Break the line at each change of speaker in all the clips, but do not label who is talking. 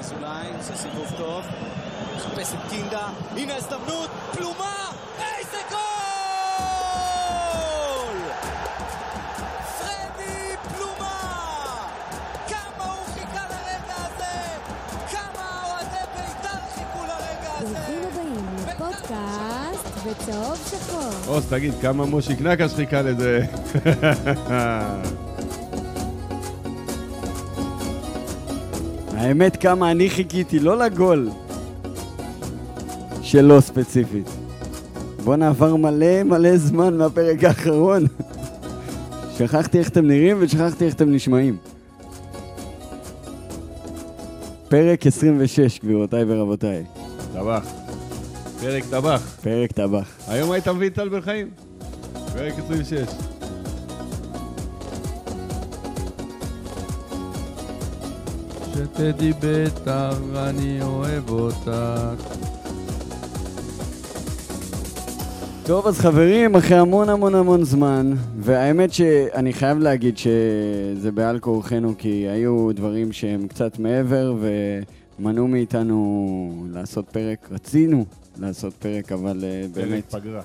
אזולאי, עושה סיבוב טוב, מחפש את קינדה, הנה ההזדמנות, פלומה, איזה גול! פרדי פלומה! כמה הוא חיכה לרגע הזה! כמה אוהדי בית"ר חיכו לרגע
ברוכים
הזה!
הבאים לפודקאסט בצהוב שחור.
עוז, תגיד, כמה מושיק נקש חיכה לזה?
האמת כמה אני חיכיתי, לא לגול שלו ספציפית. בואנה עבר מלא מלא זמן מהפרק האחרון. שכחתי איך אתם נראים ושכחתי איך אתם נשמעים. פרק 26, גבירותיי ורבותיי.
טבח. פרק טבח.
פרק טבח.
היום היית מביא את טל בן חיים? פרק 26.
שתדעי בית"ר, אני אוהב אותך.
טוב, אז חברים, אחרי המון המון המון זמן, והאמת שאני חייב להגיד שזה בעל כורחנו, כי היו דברים שהם קצת מעבר, ומנעו מאיתנו לעשות פרק. רצינו לעשות פרק, אבל אה, באמת...
פרק פגרה.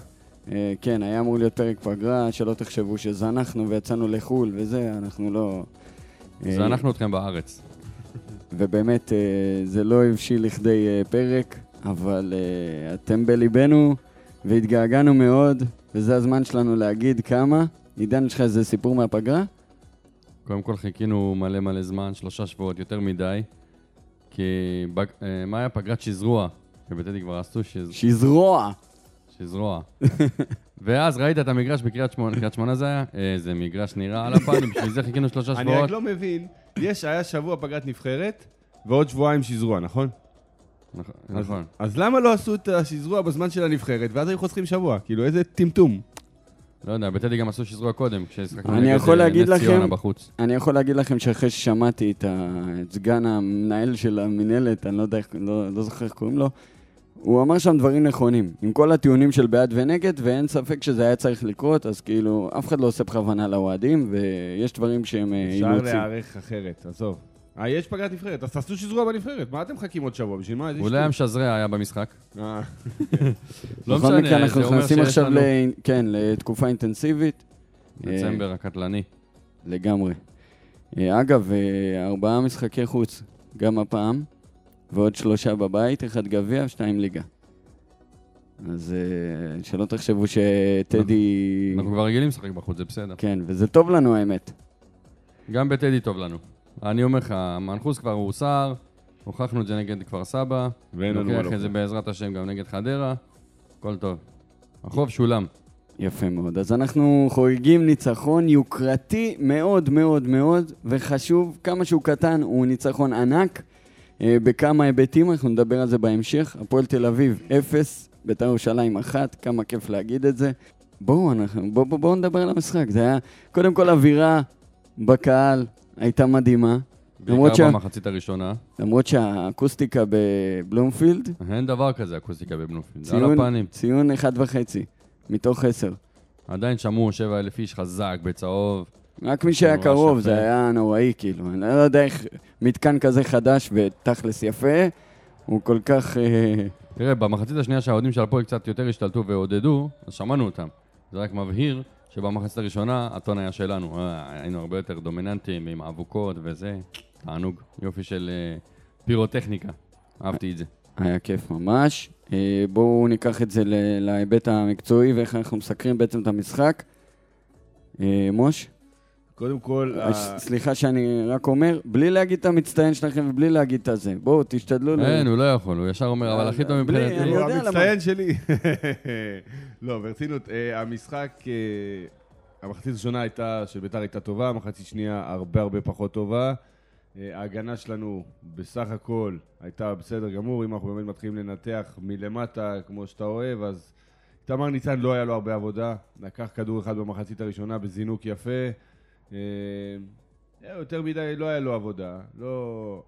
אה, כן, היה אמור להיות פרק פגרה, שלא תחשבו שזנחנו ויצאנו לחו"ל וזה, אנחנו לא... אה,
זנחנו אתכם בארץ.
ובאמת, אה, זה לא הבשיל לכדי אה, פרק, אבל אה, אתם בליבנו, והתגעגענו מאוד, וזה הזמן שלנו להגיד כמה. עידן, יש לך איזה סיפור מהפגרה?
קודם כל חיכינו מלא מלא זמן, שלושה שבועות, יותר מדי. כי בג... אה, מה היה פגרת שזרוע? בביתי כבר עשו שז...
שזרוע!
שזרוע. ואז ראית את המגרש בקריית שמונה, קריית שמונה זה היה? איזה מגרש נראה על הפנים, בשביל זה חיכינו שלושה
אני
שבועות.
רק לא מבין, יש, היה שבוע פגרת נבחרת, ועוד שבועיים שזרוע, נכון?
נכון,
אז-
נכון.
אז למה לא עשו את השזרוע בזמן של הנבחרת, ואז היו חוסכים שבוע? כאילו, איזה טמטום.
לא יודע, בטדי גם עשו שזרוע קודם, כשהשחקנו
אני
נגד,
יכול
אה,
להגיד
נס ציונה
לכם-
בחוץ.
אני יכול להגיד לכם שאחרי ששמעתי את, ה... את סגן המנהל של המינהלת, אני לא יודע איך, לא, לא זוכר איך קוראים לו, הוא אמר שם דברים נכונים, עם כל הטיעונים של בעד ונגד, ואין ספק שזה היה צריך לקרות, אז כאילו, אף אחד לא עושה בכוונה לאוהדים, ויש דברים שהם אה,
אפשר
אילוצים.
להיערך אחרת, עזוב. אה, יש פגרת נבחרת, אז תעשו שזרוע בנבחרת, מה אתם מחכים עוד שבוע? בשביל מה? איזה
אולי המשזרע היה במשחק.
שטות. אה,
לא
בכל
משנה,
מקרה, אנחנו
זה אומר
נכנסים
שיש
עכשיו
לנו-
ל... כן, לתקופה אינטנסיבית.
דצמבר הקטלני.
אה, לגמרי. אה, אגב, אה, ארבעה משחקי חוץ, גם הפעם, ועוד שלושה בבית, אחד גביע, שתיים ליגה. אז אה, שלא תחשבו שטדי...
אנחנו כבר רגילים לשחק בחוץ, זה בסדר.
כן, וזה טוב לנו האמת.
גם בטדי טוב לנו. אני אומר לך, מנחוס כבר הוא שר, הוכחנו את זה נגד כפר סבא,
ואין לנו מה
נוכיח את
לומר.
זה בעזרת השם גם נגד חדרה, הכל טוב. החוב שולם.
יפה מאוד. אז אנחנו חוגגים ניצחון יוקרתי מאוד מאוד מאוד, וחשוב, כמה שהוא קטן, הוא ניצחון ענק. אה, בכמה היבטים, אנחנו נדבר על זה בהמשך. הפועל תל אביב, אפס, בית"ר ירושלים, אחת, כמה כיף להגיד את זה. בואו, אנחנו, בואו בוא, בוא נדבר על המשחק. זה היה, קודם כל, אווירה בקהל הייתה מדהימה. למרות, שה,
בעיקר במחצית הראשונה.
למרות שהאקוסטיקה בבלומפילד,
אין דבר כזה אקוסטיקה בבלומפילד, זה על
ציון,
הפנים.
ציון אחד וחצי, מתוך עשר.
עדיין שמעו 7,000 איש חזק בצהוב.
רק מי שהיה
ממש
קרוב,
יפה.
זה היה נוראי, כאילו. אני לא יודע איך מתקן כזה חדש ותכלס יפה, הוא כל כך... אה,
תראה, במחצית השנייה שהאוהדים של הפועל קצת יותר השתלטו ועודדו, אז שמענו אותם. זה רק מבהיר שבמחצית הראשונה הטון היה שלנו. אה, היינו הרבה יותר דומיננטיים עם אבוקות וזה. תענוג. יופי של אה, פירוטכניקה. אהבתי את זה.
היה כיף ממש. אה, בואו ניקח את זה ל- להיבט המקצועי ואיך אנחנו מסקרים בעצם את המשחק. אה, מוש,
קודם כל... ה-
אה, סליחה שאני רק אומר, בלי להגיד את המצטיין שלכם ובלי להגיד את הזה. בואו, תשתדלו. ל-
אין, הוא לא יכול, הוא ישר אומר, אבל הכי טוב
אה, בלי, אני
מבחינתי.
יודע
הוא
למה.
אה, המצטיין שלי. לא, ברצינות, אה, המשחק, אה, המחצית הראשונה הייתה שביתר הייתה טובה, המחצית שנייה הרבה הרבה פחות טובה. אה, ההגנה שלנו בסך הכל הייתה בסדר גמור, אם אנחנו באמת מתחילים לנתח מלמטה כמו שאתה אוהב, אז תמר ניצן לא היה לו הרבה עבודה, לקח כדור אחד במחצית הראשונה בזינוק יפה. אה, אה, יותר מדי לא היה לו עבודה, לא...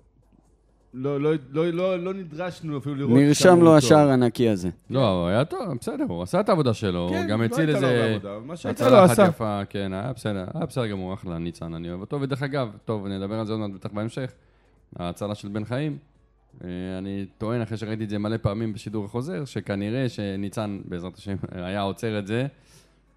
לא, לא, לא, לא, לא נדרשנו אפילו לראות...
נרשם
כמה הוא
לו
טוב.
השער הנקי הזה.
לא, הוא היה טוב, בסדר, הוא עשה את העבודה שלו, הוא
כן,
גם
לא
הציל
הייתה לו הרבה
איזה...
עבודה, אבל מה שהייתה לו
הצלחת
עשה.
יפה, כן, היה בסדר, היה בסדר גמור, אחלה ניצן, אני אוהב אותו. ודרך אגב, טוב, נדבר על זה עוד מעט בטח בהמשך, ההצלה של בן חיים, אה, אני טוען, אחרי שראיתי את זה מלא פעמים בשידור החוזר, שכנראה שניצן, בעזרת השם, היה עוצר את זה.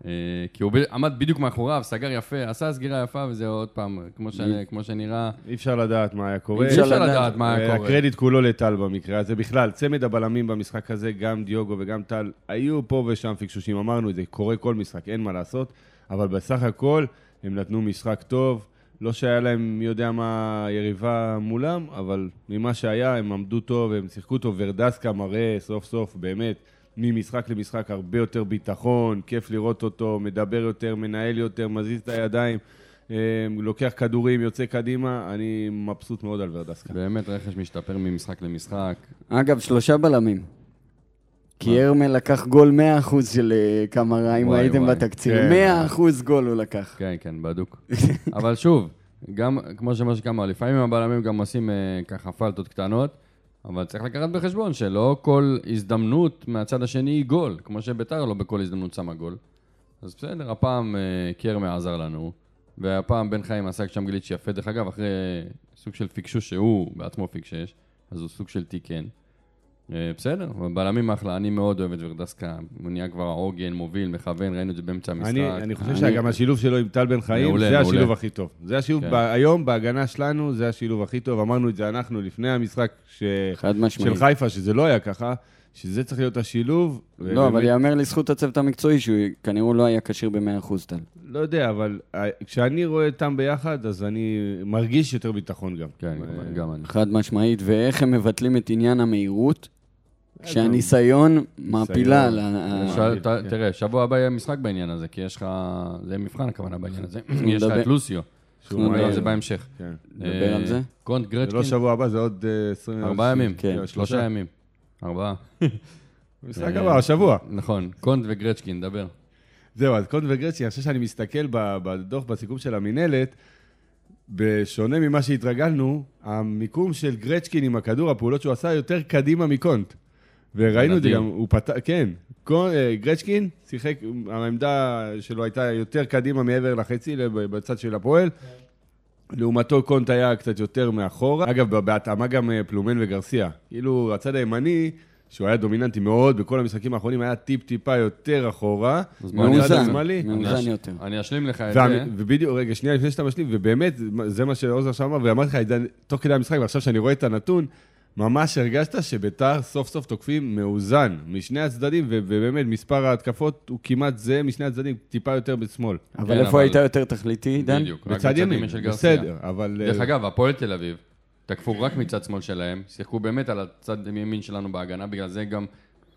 אה, כי הוא ב- עמד בדיוק מאחוריו, סגר יפה, עשה סגירה יפה, וזה עוד פעם, כמו ש- כמו שנראה,
אי אפשר לדעת מה היה קורה.
אי אפשר לדעת מה היה קורה.
אה, הקרדיט כולו לטל במקרה הזה. בכלל, צמד הבלמים במשחק הזה, גם דיוגו וגם טל, היו פה ושם פקשושים, אמרנו את זה, קורה כל משחק, אין מה לעשות, אבל בסך הכל הם נתנו משחק טוב. לא שהיה להם מי יודע מה יריבה מולם, אבל ממה שהיה, הם עמדו טוב, הם שיחקו טוב. ורדסקה מראה סוף סוף, באמת, ממשחק למשחק הרבה יותר ביטחון, כיף לראות אותו, מדבר יותר, מנהל יותר, מזיז את הידיים. אה, לוקח כדורים, יוצא קדימה, אני מבסוט מאוד על ורדסקה.
באמת רכש משתפר ממשחק למשחק.
אגב, שלושה בלמים. כי הרמל לקח גול 100% של אה, קמרה, אם
וואי,
ראיתם
וואי.
בתקציר.
כן.
100% גול הוא לקח.
כן, כן, בדוק. אבל שוב, גם, כמו שמשה אמר, לפעמים הבלמים גם עושים אה, ככה פלטות קטנות, אבל צריך לקחת בחשבון שלא כל הזדמנות מהצד השני היא גול, כמו שביתר לא בכל הזדמנות שמה גול. אז בסדר, הפעם אה, קרמה עזר לנו, והפעם בן חיים עשה שם גליץ' יפה, דרך אגב, אחרי סוג של פיקשוש שהוא בעצמו פיקשש, אז הוא סוג של תיקן. אה, בסדר, אבל בלמים אחלה, אני מאוד אוהב את ורדסקה, הוא נהיה כבר עוגן, מוביל, מכוון, ראינו את זה באמצע המשחק.
אני, אני חושב שגם השילוב שלו עם טל בן חיים,
מעולה,
זה
מעולה.
השילוב הכי טוב. זה השילוב,
כן.
ב, היום בהגנה שלנו, זה השילוב הכי טוב. אמרנו את זה אנחנו לפני המשחק ש...
כן,
חד משמעית.
של חיפה, שזה לא היה ככה, שזה צריך להיות השילוב.
לא, אבל
ובאמת,
ייאמר לזכות הצוות המקצועי שהוא כנראה הוא לא היה כשיר ב-100% טל.
לא יודע, אבל אה, כשאני רואה אותם ביחד, אז אני מרגיש יותר ביטחון גם.
כן,
אה,
גם אני.
חד משמעית, ואיך הם מבטלים את עניין המהירות, כשהניסיון מעפילה על ה...
אפשר-
שאל- ת-
כן.
תראה, שבוע הבא יהיה משחק בעניין הזה, כי יש לך... זה מבחן הכוונה בעניין הזה. יש לך
נדבר-
את לוסיו.
שהוא
נדבר
מהיר.
על לא, זה בהמשך.
כן.
נדבר על
אה,
זה?
קונט
זה לא
גרצ'קין,
שבוע הבא, זה עוד אה, 20...
ארבעה ימים.
כן,
שלושה ימים. ארבעה.
משחק הבא, השבוע.
נכון, קונט וגרצ'קין, דבר.
זהו, אז קונט וגרצ'י, אני חושב שאני מסתכל ב- בדוח, בסיכום של המינהלת, בשונה ממה שהתרגלנו, המיקום של גרצ'קין עם הכדור, הפעולות שהוא עשה יותר קדימה מקונט. וראינו את זה גם,
מדהים.
הוא פתח, כן, קונ- אה, גרצ'קין שיחק, העמדה שלו הייתה יותר קדימה מעבר לחצי, לב- בצד של הפועל. לעומתו קונט היה קצת יותר מאחורה. אגב, ב- בהתאמה גם אה, פלומן וגרסיה. כאילו, הצד הימני, שהוא היה דומיננטי מאוד בכל המשחקים האחרונים, היה טיפ-טיפה יותר אחורה.
אז אוקיי. בוא
מהצד
מאוזן,
השמאלי.
אני אש-
מאוזן יותר.
אני אשלים לך את
וה-
זה.
ובדיוק, רגע, שנייה לפני שאתה משלים, ובאמת, זה מה שעוזר שם אמר, ואמרתי לך את זה תוך כדי המשחק, ועכשיו שאני רואה את הנתון, ממש הרגשת שביתר סוף סוף תוקפים מאוזן משני הצדדים, ו- ובאמת, מספר ההתקפות הוא כמעט זהה משני הצדדים, טיפה יותר בשמאל.
אבל
כן,
איפה
אבל-
היית יותר תכליתי, עידן?
בדיוק, רק
בצד
בצד
ימין,
ימין של גרסיה.
בסדר, אבל...
דרך
אה,
אגב, הפועל תל אביב, תקפו רק מצד שמאל שלהם, שיחקו באמת על הצד ימין שלנו בהגנה, בגלל זה גם,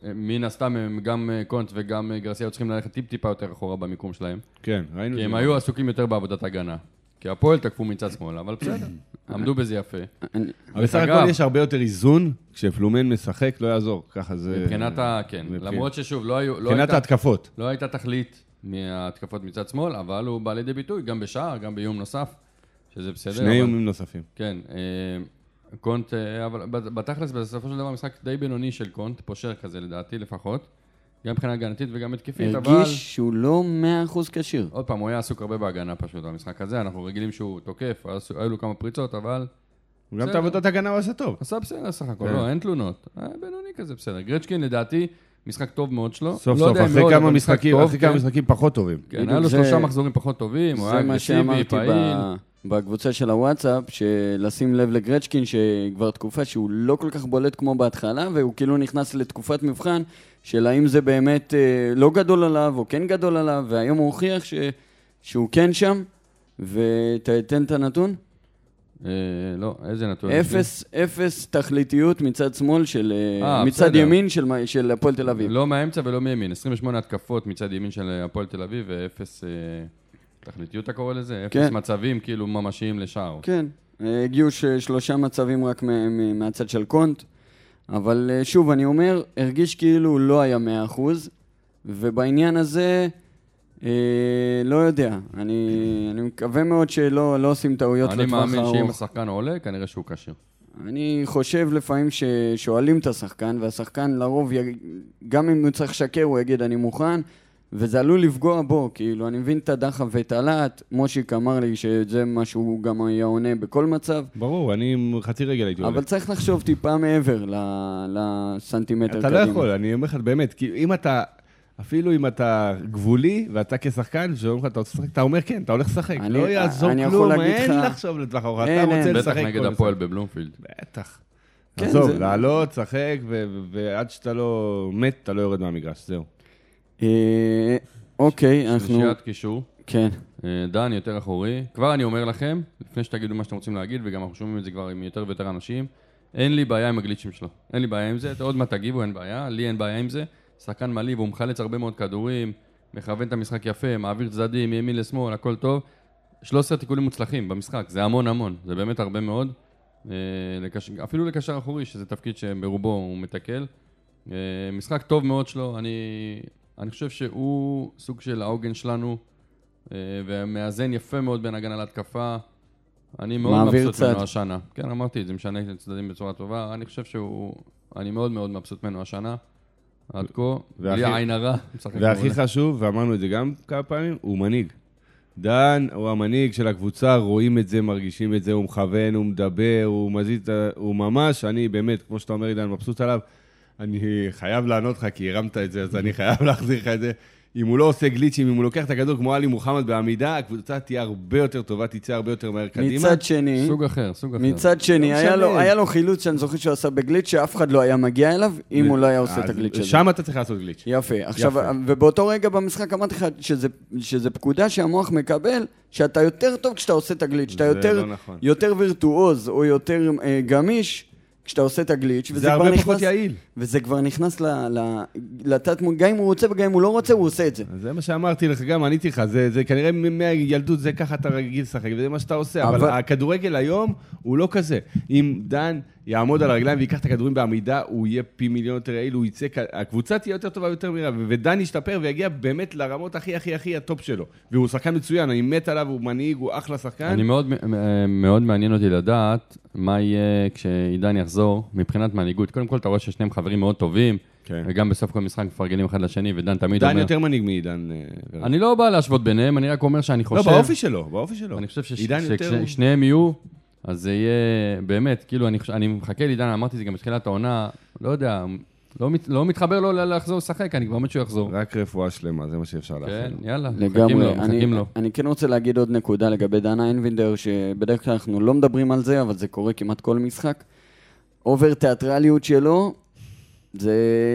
אה, מן הסתם, הם גם אה, קונט וגם אה, גרסיה היו צריכים ללכת טיפ-טיפה יותר אחורה במיקום שלהם.
כן, ראינו
כי
את
הם
זה.
היו עסוקים יותר בעבודת הגנה. כי הפועל תקפו מצד שמאל, אבל בסדר, עמדו בזה יפה.
אני-
אבל בסך
אגב-
הכל יש הרבה יותר איזון, כשפלומן משחק, לא יעזור, ככה זה...
מבחינת ה... כן,
מבחינת-
למרות ששוב, לא היו... לא
מבחינת
הייתה-
ההתקפות.
לא הייתה תכלית מההתקפות מצד שמאל, אבל הוא בא לידי ביטוי גם בשער, גם באיום נוסף, שזה בסדר.
שני
אבל-
איומים נוספים.
כן, אה, קונט, אה, אבל בת- בתכלס, בסופו של דבר, משחק די בינוני של קונט, פושר כזה לדעתי לפחות, גם מבחינה הגנתית וגם התקפית, אבל...
הרגיש שהוא לא 100% כשיר.
עוד פעם, הוא היה עסוק הרבה בהגנה פשוט במשחק הזה, אנחנו רגילים שהוא תוקף, אז היו לו כמה פריצות, אבל
גם את
בסדר.
עבודת הגנה הוא עשה טוב.
עשה בסדר סך הכל,
כן.
לא, אין תלונות. אה, בינוני כזה, בסדר. גרצ'קין לדעתי, משחק טוב מאוד שלו.
סוף
לא
סוף,
יודע אם
אחרי
מאוד,
כמה
אבל משחק
משחקים,
טוב,
אחרי כמה
כן.
משחקים פחות טובים.
כן, היה לו
זה-
שלושה מחזורים פחות טובים, הוא היה
זה מה
אגרסיבי,
שאמרתי
פעיל.
ב- בקבוצה של הוואטסאפ, שלשים לב לגרצ'קין, שכבר תקופה שהוא לא כל כך בולט כמו בהתחלה, והוא כאילו נכנס לתקופת מבחן של האם זה באמת אה, לא גדול עליו, או כן גדול עליו, והיום הוא הוכיח ש- שהוא כן שם, ותתן את הנתון.
אה, לא, איזה נתון.
אפס, אפס תכליתיות מצד שמאל של... אה,
אה,
מצד
בסדר.
ימין של מה- של הפועל תל אביב.
לא מהאמצע ולא מימין. 28 התקפות מצד ימין של הפועל תל אביב, ואפס אה, תכליתיות אתה קורא לזה? אפס
כן.
מצבים כאילו ממשיים לשער.
כן, אה, הגיעו ש- שלושה מצבים רק מ- מ- מהצד של קונט, אבל אה, שוב, אני אומר, הרגיש כאילו הוא לא היה מאה אחוז, ובעניין הזה, אה, לא יודע, אני, אני מקווה מאוד שלא לא עושים טעויות
אני
לטווח
מאמין שאם
הארוך.
השחקן עולה, כנראה שהוא כשיר.
אני חושב לפעמים ששואלים את השחקן, והשחקן לרוב, יג... גם אם הוא צריך לשקר, הוא יגיד, אני מוכן, וזה עלול לפגוע בו, כאילו, אני מבין את הדחף ואת הלהט, מושיק אמר לי שזה מה שהוא גם היה עונה בכל מצב,
ברור, אני עם חצי רגל הייתי עולה.
אבל צריך לחשוב טיפה מעבר ל- לסנטימטר
אתה
קדימה.
לא יכול, אני אומר לך, באמת, כי אם אתה, אפילו אם אתה גבולי, ואתה כשחקן, שאומרים לך, אתה רוצה לשחק, אתה אומר כן, אתה הולך לשחק.
אני-
לא יעזור
אני יכול
כלום,
להגיד
אין
לך-
לחשוב לטווח ארוך, אתה
אין,
רוצה
אין.
לשחק.
בטח נגד
כל
הפועל
משחק.
בבלומפילד.
בטח.
כן,
עזוב,
זה-
לעלות, לשחק, ו- ו- ועד שאתה לא מת, אתה לא יורד מהמגרש, זהו.
אה, אוקיי, אנחנו...
שלישיית קישור.
כן.
אה, דן יותר אחורי. כבר אני אומר לכם, לפני שתגידו מה שאתם רוצים להגיד, וגם אנחנו שומעים את זה כבר עם יותר ויותר אנשים, אין לי בעיה עם הגליצ'ים שלו. אין לי בעיה עם זה, אתם עוד מעט תגיבו, אין בעיה, לי אין בעיה עם זה. שחקן מלא והוא מחלץ הרבה מאוד כדורים, מכוון את המשחק יפה, מעביר צדדים, מימין לשמאל, הכל טוב. 13 תיקולים מוצלחים במשחק, זה המון המון, זה באמת הרבה מאוד. אה, לקש... אפילו לקשר אחורי, שזה תפקיד שברובו הוא מתקל. אה, משחק טוב מאוד שלו, אני, אני חושב שהוא סוג של העוגן שלנו, אה, ומאזן יפה מאוד בין הגנה להתקפה. אני מאוד
מעביר
מבסוט ממנו
צד.
השנה. כן, אמרתי, זה משנה את הצדדים בצורה טובה. אני חושב שהוא... אני מאוד מאוד מבסוט ממנו השנה, עד כה.
והכי-
בלי עין הרע.
כן,
משחק
והכי
מעולה.
חשוב, ואמרנו את זה גם כמה פעמים, הוא מנהיג. דן הוא המנהיג של הקבוצה, רואים את זה, מרגישים את זה, הוא מכוון, הוא מדבר, הוא מזיז את ה... הוא ממש, אני באמת, כמו שאתה אומר, עידן, מבסוט עליו. אני חייב לענות לך, כי הרמת את זה, אז אני חייב להחזיר לך את זה. אם הוא לא עושה גליצ'ים, אם הוא לוקח את הכדור כמו עלי מוחמד בעמידה, הקבוצה תהיה הרבה יותר טובה, תצא הרבה יותר מהר קדימה.
מצד שני,
סוג אחר, סוג אחר.
מצד שני,
לא
היה
משנה.
לו, היה לו חילוץ שאני זוכר שהוא עשה בגליץ' שאף אחד לא היה מגיע אליו, אם הוא לא היה עושה את
אז
הגליץ' הזה.
שם אתה צריך לעשות גליץ'.
יפה. עכשיו,
יפה.
ובאותו רגע במשחק אמרתי לך שזה, שזה פקודה שהמוח מקבל, שאתה יותר טוב כשאתה עושה את הגליץ', שאתה
זה
יותר,
לא נכון.
יותר וירטואוז או יותר אה, גמיש כשאתה עושה את הגליץ', וזה
זה
כבר
הרבה פחות
נכנס...
יעיל.
וזה כבר נכנס ל- ל- לתת, גם אם הוא רוצה וגם אם הוא לא רוצה, הוא עושה את זה.
אז זה מה שאמרתי לך, גם עניתי לך, זה, זה כנראה מ- מהילדות, זה ככה אתה רגיל לשחק, וזה מה שאתה עושה, אבל...
אבל-
אבל הכדורגל היום הוא לא כזה. אם דן יעמוד על הרגליים ויקח את הכדורים בעמידה, הוא יהיה פי מיליון יותר יעיל, הוא יצא, כ- הקבוצה תהיה יותר טובה ויותר מהירה, ו- ודן ישתפר ויגיע באמת לרמות הכי הכי הכי הטופ שלו. והוא שחקן מצוין, אני מת עליו, הוא מנהיג, הוא אחלה שחקן.
אני מאוד, אה, מאוד מעניין אותי לדעת מה יהיה כשעידן יחזור מבחינת מנהיגות. קודם כל, אתה רואה ששניהם חברים מאוד טובים,
כן.
וגם בסוף כל משחק מפרגנים אחד לשני, ודן תמיד
דן
אומר...
יותר מנהיג מעידן. אה, ורן.
אני לא בא להשוות ביניהם, אני רק אומר שאני
לא,
חושב...
באופי שלו, באופי שלו.
אני חושב
לא. עידן יותר... הוא-
שכששניהם יהיו, אז זה יהיה, באמת, כאילו, אני, חוש- אני מחכה לעידן, אמרתי את זה גם בתחילת העונה, לא יודע, לא, מת, לא מתחבר לו ל- לחזור לשחק, אני כבר מת שהוא יחזור.
רק רפואה שלמה, זה מה שאפשר
כן,
לאחל.
יאללה, מחכים
לגמרי.
לו, מחכים
אני,
לו.
אני כן רוצה להגיד עוד נקודה לגבי דנה אינבינדר, שבדרך כלל אנחנו לא מדברים על זה, אבל זה קורה כמעט כל משחק. אובר תיאטרליות שלו, זה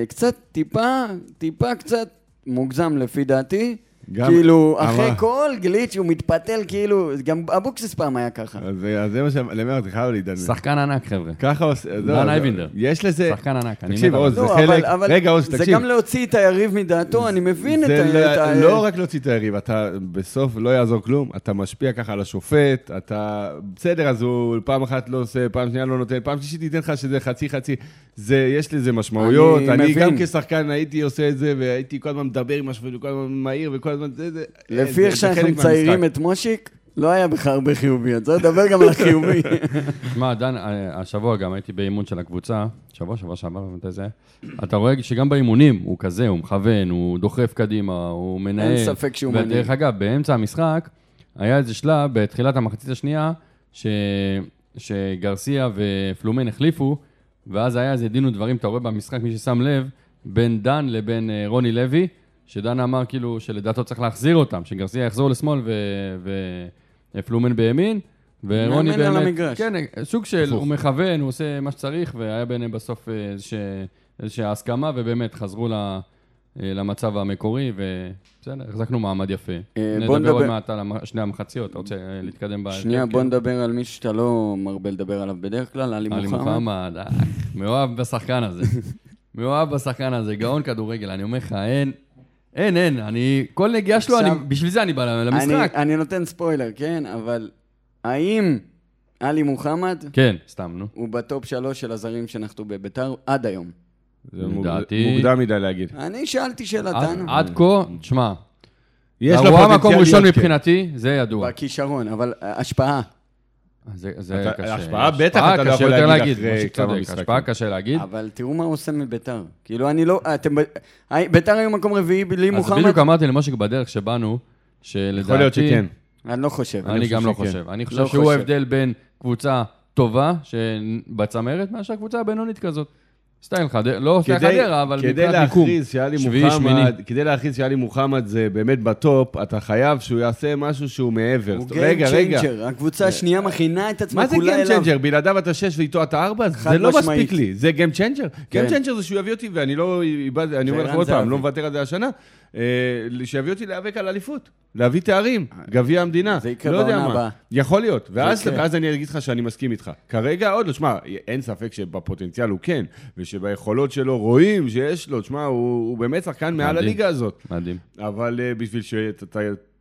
קצת, טיפה, טיפה קצת מוגזם לפי דעתי.
גם-
כאילו,
אמר-
אחרי כל גליץ' הוא מתפתל, כאילו, גם אבוקסיס פעם היה ככה.
אז זה אז זה מה שאמרתי, לך חייב לעידן.
שחקן ענק, חבר'ה.
ככה עושה, זהו,
דן
זה-
אייבינדר.
יש לזה...
שחקן ענק, אני
תקשיב,
מת
עוז,
עליו.
זה
לא,
חלק...
אבל- אבל
רגע, עוז,
זה
תקשיב.
גם להוציא את היריב מדעתו, אני מבין את
זה
ה-
לא-
את ה...
לא רק להוציא את היריב, אתה בסוף לא יעזור כלום, אתה משפיע ככה על השופט, אתה... בסדר, אז הוא פעם אחת לא עושה, פעם שנייה לא נותן, פעם שלישית ייתן לך שזה חצי-חצי. זה, יש לזה משמעויות.
אני
אני,
מבין.
גם כשחקן הייתי עושה את זה, והייתי כל הזמן מדבר עם השופט, וכל הזמן מהיר, וכל הזמן זה... זה אה,
לפי
זה-
איך
זה
שאנחנו
חלק מהמשחק.
מציירים את מושיק, לא היה בך הרבה חיובי, אז צריך לדבר גם על החיובי.
תשמע, דן, אה, השבוע גם הייתי באימון של הקבוצה, שבוע, שבוע שעבר, לא מתי זה היה? אתה רואה שגם באימונים הוא כזה, הוא מכוון, הוא דוחף קדימה, הוא מנהל.
אין ספק שהוא
ודרך
מנהיג.
אגב, באמצע המשחק, היה איזה שלב, בתחילת המחצית השנייה, ש... שגרסיה ופלומן החליפו, ואז היה איזה דין ודברים, אתה רואה במשחק, מי ששם לב, בין דן לבין אה, רוני לוי, שדן אמר כאילו שלדעתו צריך להחזיר אותם, שגרסיה יחזור לשמאל ו... ופלומן בימין, ורוני
מאמן על
באמת...
המגרש.
כן, כן, סוג של, הוא מכוון, הוא עושה מה שצריך, והיה ביניהם בסוף אה, איזושה- איזושהי הסכמה, ובאמת חזרו ל- אה, למצב המקורי, ובסדר, החזקנו מעמד יפה.
אה, בוא
נדבר עוד
נדבר-
מעט על המ- שני המחציות, אתה רוצה אה, להתקדם בהרכב?
שנייה, בוא
כן?
נדבר על מישהו שאתה לא מרבה לדבר עליו בדרך כלל, עלי
עלי
מוחמד.
מוחמד, אה, מאוהב בשחקן הזה. מאוהב בשחקן הזה, גאון כדורגל, אני אומר לך, אין, אין, אין, אני, כל נגיעה שלו,
עכשיו-
אני- בשביל זה אני בא למשחק.
אני- אני נותן ספוילר, כן, אבל האם עלי מוחמד
כן, סתם, נו.
הוא בטופ שלוש של הזרים שנחתו בביתר עד היום?
זה מוג-
לדעתי-
מוקדם מדי להגיד.
אני שאלתי
עד-
שאלתנו.
עד כה, תשמע,
יש
הוא
לה
המקום
פוטנציאל
ראשון
להיות כן.
מבחינתי, זה ידוע. כן.
בכישרון, אבל אה, השפעה.
זה, זה
אתה-
קשה.
השפעה בטח אתה לא
קשה
יכול
יותר
להגיד
כמו
אחרי
שצודק,
כמה משחקים.
השפעה קשה להגיד.
אבל תראו מה הוא עושה מביתר. כאילו, אני לא... אתם... ב- היי, ביתר היו מקום רביעי בלי
אז
מוחמד?
בדיוק אמרתי למשה בדרך שבאנו, שלדעתי...
כן. יכול להיות שכן.
אני לא חושב.
אני גם לא
שכן.
חושב. אני חושב
לא
שהוא
חושב.
ההבדל בין קבוצה טובה שבצמרת, מאשר קבוצה בינונית כזאת. סטייל חדרה, לא סטייל
כדי-
חדרה, אבל
כדי
מבחינת מיקום.
להכריז שעלי
שביעי,
מוחמד,
שמיני.
כדי להכריז שעלי מוחמד זה באמת בטופ, אתה חייב שהוא יעשה משהו שהוא מעבר.
הוא
רגע,
גיים
רגע.
צ'יינג'ר.
אה,
הקבוצה השנייה מכינה את עצמה
מה זה
כולה
גיים
אליו.
צ'נג'ר? בלעדיו אתה שש ואיתו אתה ארבע?
חד
זה לא
משמעית.
מספיק לי, זה גיים צ'נג'ר. גיים
כן.
צ'נג'ר זה שהוא יביא אותי, ואני לא איבד, אני אומר לך
וערן
עוד פעם,
זהבי.
לא מוותר על זה השנה, אה, שיביא אותי להיאבק על אליפות, להביא תארים, גביע המדינה,
זה יקרה
לא יודע
בעונה
מה.
הבאה.
יכול להיות, ואז
יקרה.
ואז אני אגיד לך שאני מסכים איתך. כרגע עוד לא, שמע, אין ספק שבפוטנציאל הוא כן, ושביכולות שלו רואים שיש לו, שמע, הוא הוא באמת שחקן מעל
מדהים.
הליגה הזאת.
מדהים.
אבל אה, בשביל שאתה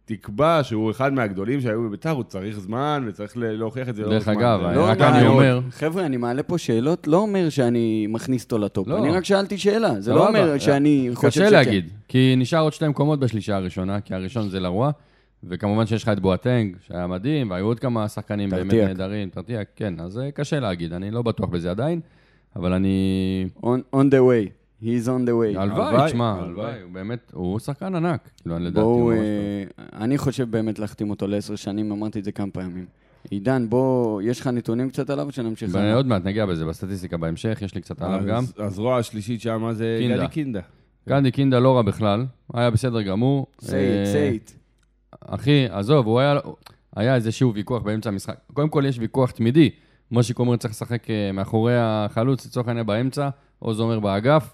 תקבע שהוא אחד מהגדולים שהיו בביתר, הוא צריך זמן וצריך ל- להוכיח את זה. לאורך
דרך
זמן.
אגב,
זה
היה
לא
רק
מה-
אני
אבל-
אומר-
חבר'ה, אני מעלה פה שאלות, לא אומר שאני מכניס אותו לטופ.
לא.
אני רק שאלתי שאלה, זה לא
סבבה.
אומר שאני חושב שכן.
קשה להגיד, כי נשאר עוד שתי מקומות בשלישה הראשונה, כי הראשון זה לרוע, וכמובן שיש לך את בואטנג, שהיה מדהים, והיו עוד כמה שחקנים באמת
תרטיאק.
נהדרים, תרטיאק, כן, אז אה, קשה להגיד, אני לא בטוח בזה עדיין, אבל אני...
On on the way. He's on the way.
הלוואי,
הלוואי,
תשמע,
הלוואי.
הלוואי, הוא באמת, הוא שחקן ענק, כאילו, אני לדעתי הוא
בואו,
ממש טוב.
אה, אני חושב באמת להחתים אותו לעשר שנים, אמרתי את זה כמה פעמים. עידן, בוא, יש לך נתונים קצת עליו או שנמשיך? הלאה?
עוד מעט נגיע בזה בסטטיסטיקה בהמשך, יש לי קצת עליו גם.
אז- הזרוע השלישית שם זה
קינדה.
גדי קינדה.
גנדי קינדה לא רע בכלל, היה בסדר גמור.
say it,
אה,
say it.
אחי, עזוב, הוא היה, היה איזשהו ויכוח באמצע המשחק. קודם כל, יש ויכוח תמידי. משה קומר צריך לשחק אה, מאחורי החלוץ, לצורך העניין באמצע, או זומר באגף.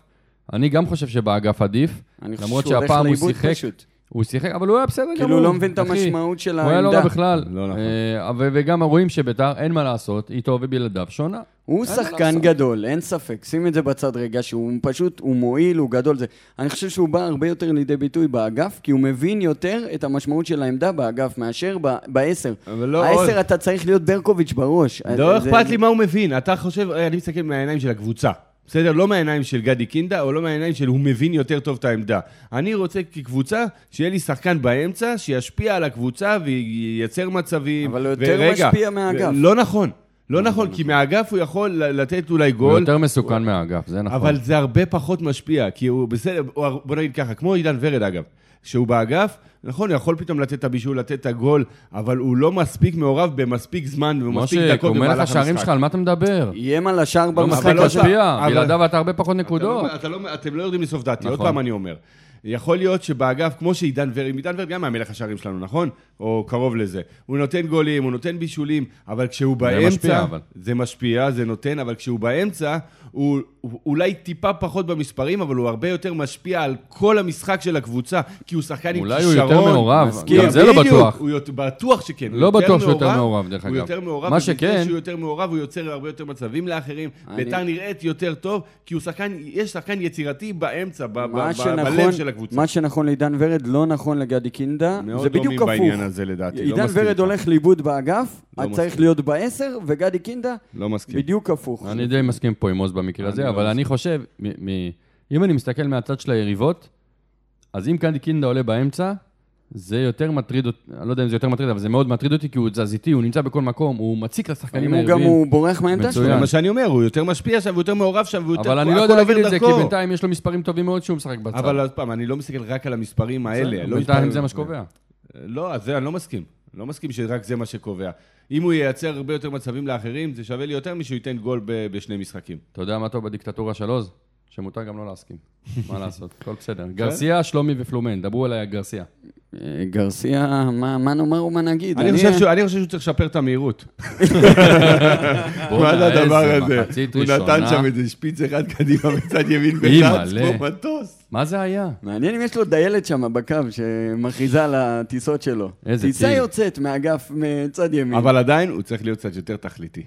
אני גם חושב שבאגף עדיף,
אני חושב
למרות
שהוא הולך
שהפעם הוא
לאיבוד
שיחק,
פשוט.
הוא שיחק, אבל הוא היה בסדר גמור.
כאילו, הוא לא מבין את
אחי.
המשמעות של
הוא היה לא רע
העמדה.
בכלל.
לא נכון.
אה, ו- וגם רואים שביתר, אין מה לעשות, איתו ובלעדיו שונה.
הוא
אין מה
שחקן
לעשות.
גדול, אין ספק. שים את זה בצד רגע, שהוא פשוט, הוא מועיל, הוא גדול. זה. אני חושב שהוא בא הרבה יותר לידי ביטוי באגף, כי הוא מבין יותר את המשמעות של העמדה באגף מאשר ב- בעשר.
אבל לא עוד.
העשר אתה צריך להיות ברקוביץ' בראש.
לא
אה, זה-
אכפת לי מה הוא מבין, אתה חושב, אה, אני מסתכל מהעיניים של הקבוצה. בסדר? לא מהעיניים של גדי קינדה, או לא מהעיניים של הוא מבין יותר טוב את העמדה. אני רוצה כקבוצה, שיהיה לי שחקן באמצע, שישפיע על הקבוצה וייצר מצבים.
אבל הוא יותר
ורגע,
משפיע מהאגף.
ו- לא נכון. לא נכון, כי מהאגף הוא יכול ל- לתת אולי
הוא
גול,
יותר מסוכן מהאגף, זה נכון.
אבל זה הרבה פחות משפיע, כי הוא בסדר, הוא הר- בוא נגיד ככה, כמו עידן ורד אגב, שהוא באגף, נכון, הוא יכול פתאום לתת את הבישול, לתת את הגול, אבל הוא לא מספיק מעורב במספיק זמן ובמספיק
משה,
דקות
קומר לך
במהלך
שערים שלך,
המשחק.
על מה אתה מדבר?
איים על השער
לא
במשחק
מספיק
אבל לא
הזה.
שם.
משפיע,
אבל-
בלעדיו אתה הרבה פחות נקודות.
אתה לא, אתה לא, אתם לא יודעים לסוף דעתי, עוד
נכון.
פעם אני אומר. יכול להיות שבאגף, כמו שעידן ורד, עם עידן ורד גם היה מלך השערים שלנו, נכון? או קרוב לזה. הוא נותן גולים, הוא נותן בישולים, אבל כשהוא באמצע...
משפיע, אבל.
זה משפיע, זה נותן, אבל כשהוא באמצע, הוא, הוא אולי טיפה פחות במספרים, אבל הוא הרבה יותר משפיע על כל המשחק של הקבוצה, כי הוא שחקן עם כישרון.
אולי הוא יותר מעורב,
מסכים.
גם זה לא
בדיוק,
בטוח.
הוא יותר, בטוח שכן. הוא
לא
יותר
בטוח שהוא יותר מעורב, דרך
הוא
אגב.
יותר מעורב,
מה
ובגלל
שכן-
שהוא יותר מעורב, הוא יוצר הרבה יותר מצבים לאחרים.
אני-
ביתר נראית יותר טוב, כי הוא שחקן, יש שחקן יצירתי באמצע, ב- ב-
מה
ב-
שנכון,
בלב של הקבוצה.
מה שנכון לעידן ורד לא נכון לגדי קינדה,
מאוד
זה בדיוק
דומים
הפוך.
בעניין הזה, לדעתי, לא
עידן
מסכים
ורד
איתך.
הולך לאיבוד באגף,
לא
אתה
מסכים.
צריך להיות בעשר, וגדי קינדה,
לא מסכים.
בדיוק הפוך.
אני די מסכים פה עם עוז במקרה הזה,
לא
אבל אני חושב, מ- מ- אם אני מסתכל מהצד של היריבות, אז אם קנדי קינדה עולה באמצע, זה יותר מטריד אותי, אני לא יודע אם זה יותר מטריד, אבל זה מאוד מטריד אותי, כי הוא תזזיתי, הוא נמצא בכל מקום, הוא מציק לשחקנים
אם הוא גם
היריבים.
הוא בורח מהעמדה שלו.
מצוין.
זה מה שאני אומר, הוא יותר משפיע שם, הוא יותר מעורב שם, והוא יותר...
אבל אני לא
הכל
יודע להגיד
עובר
את זה, כי
דרכו.
בינתיים יש לו מספרים טובים מאוד שהוא משחק בצד.
אבל עוד פעם, אני לא מסתכל רק על המספרים האלה. לא
בינתיים
מספרים-
זה מה שקובע.
לא, אז זה אני לא מסכים. לא מסכים שרק זה מה שקובע. אם הוא ייצר הרבה יותר מצבים לאחרים, זה שווה לי יותר משהוא ייתן גול ב- בשני משחקים.
אתה יודע מה טוב בדיקטטורה של עוז? שמותר גם לא להסכים. מה לעשות, הכל בסדר.
כן?
גרסיה, שלומי ופלומן, דברו עליי על גרסיה.
אה, גרסיה, מה מה נאמר ומה נגיד?
אני חושב שהוא- אני חושב שהוא צריך לשפר את המהירות. מה זה
בואנה,
הדבר
איזה
הזה?
מחצית
הוא נתן
ראשונה.
שם איזה שפיץ אחד קדימה מצד ימין ורץ
אימא'לה.
כמו מטוס.
מה זה היה?
מעניין אם יש לו דיילת שם בקו שמכריזה על הטיסות שלו.
איזה
טיסה
טיל.
יוצאת מאגף מצד ימין.
אבל עדיין הוא צריך להיות קצת יותר תכליתי.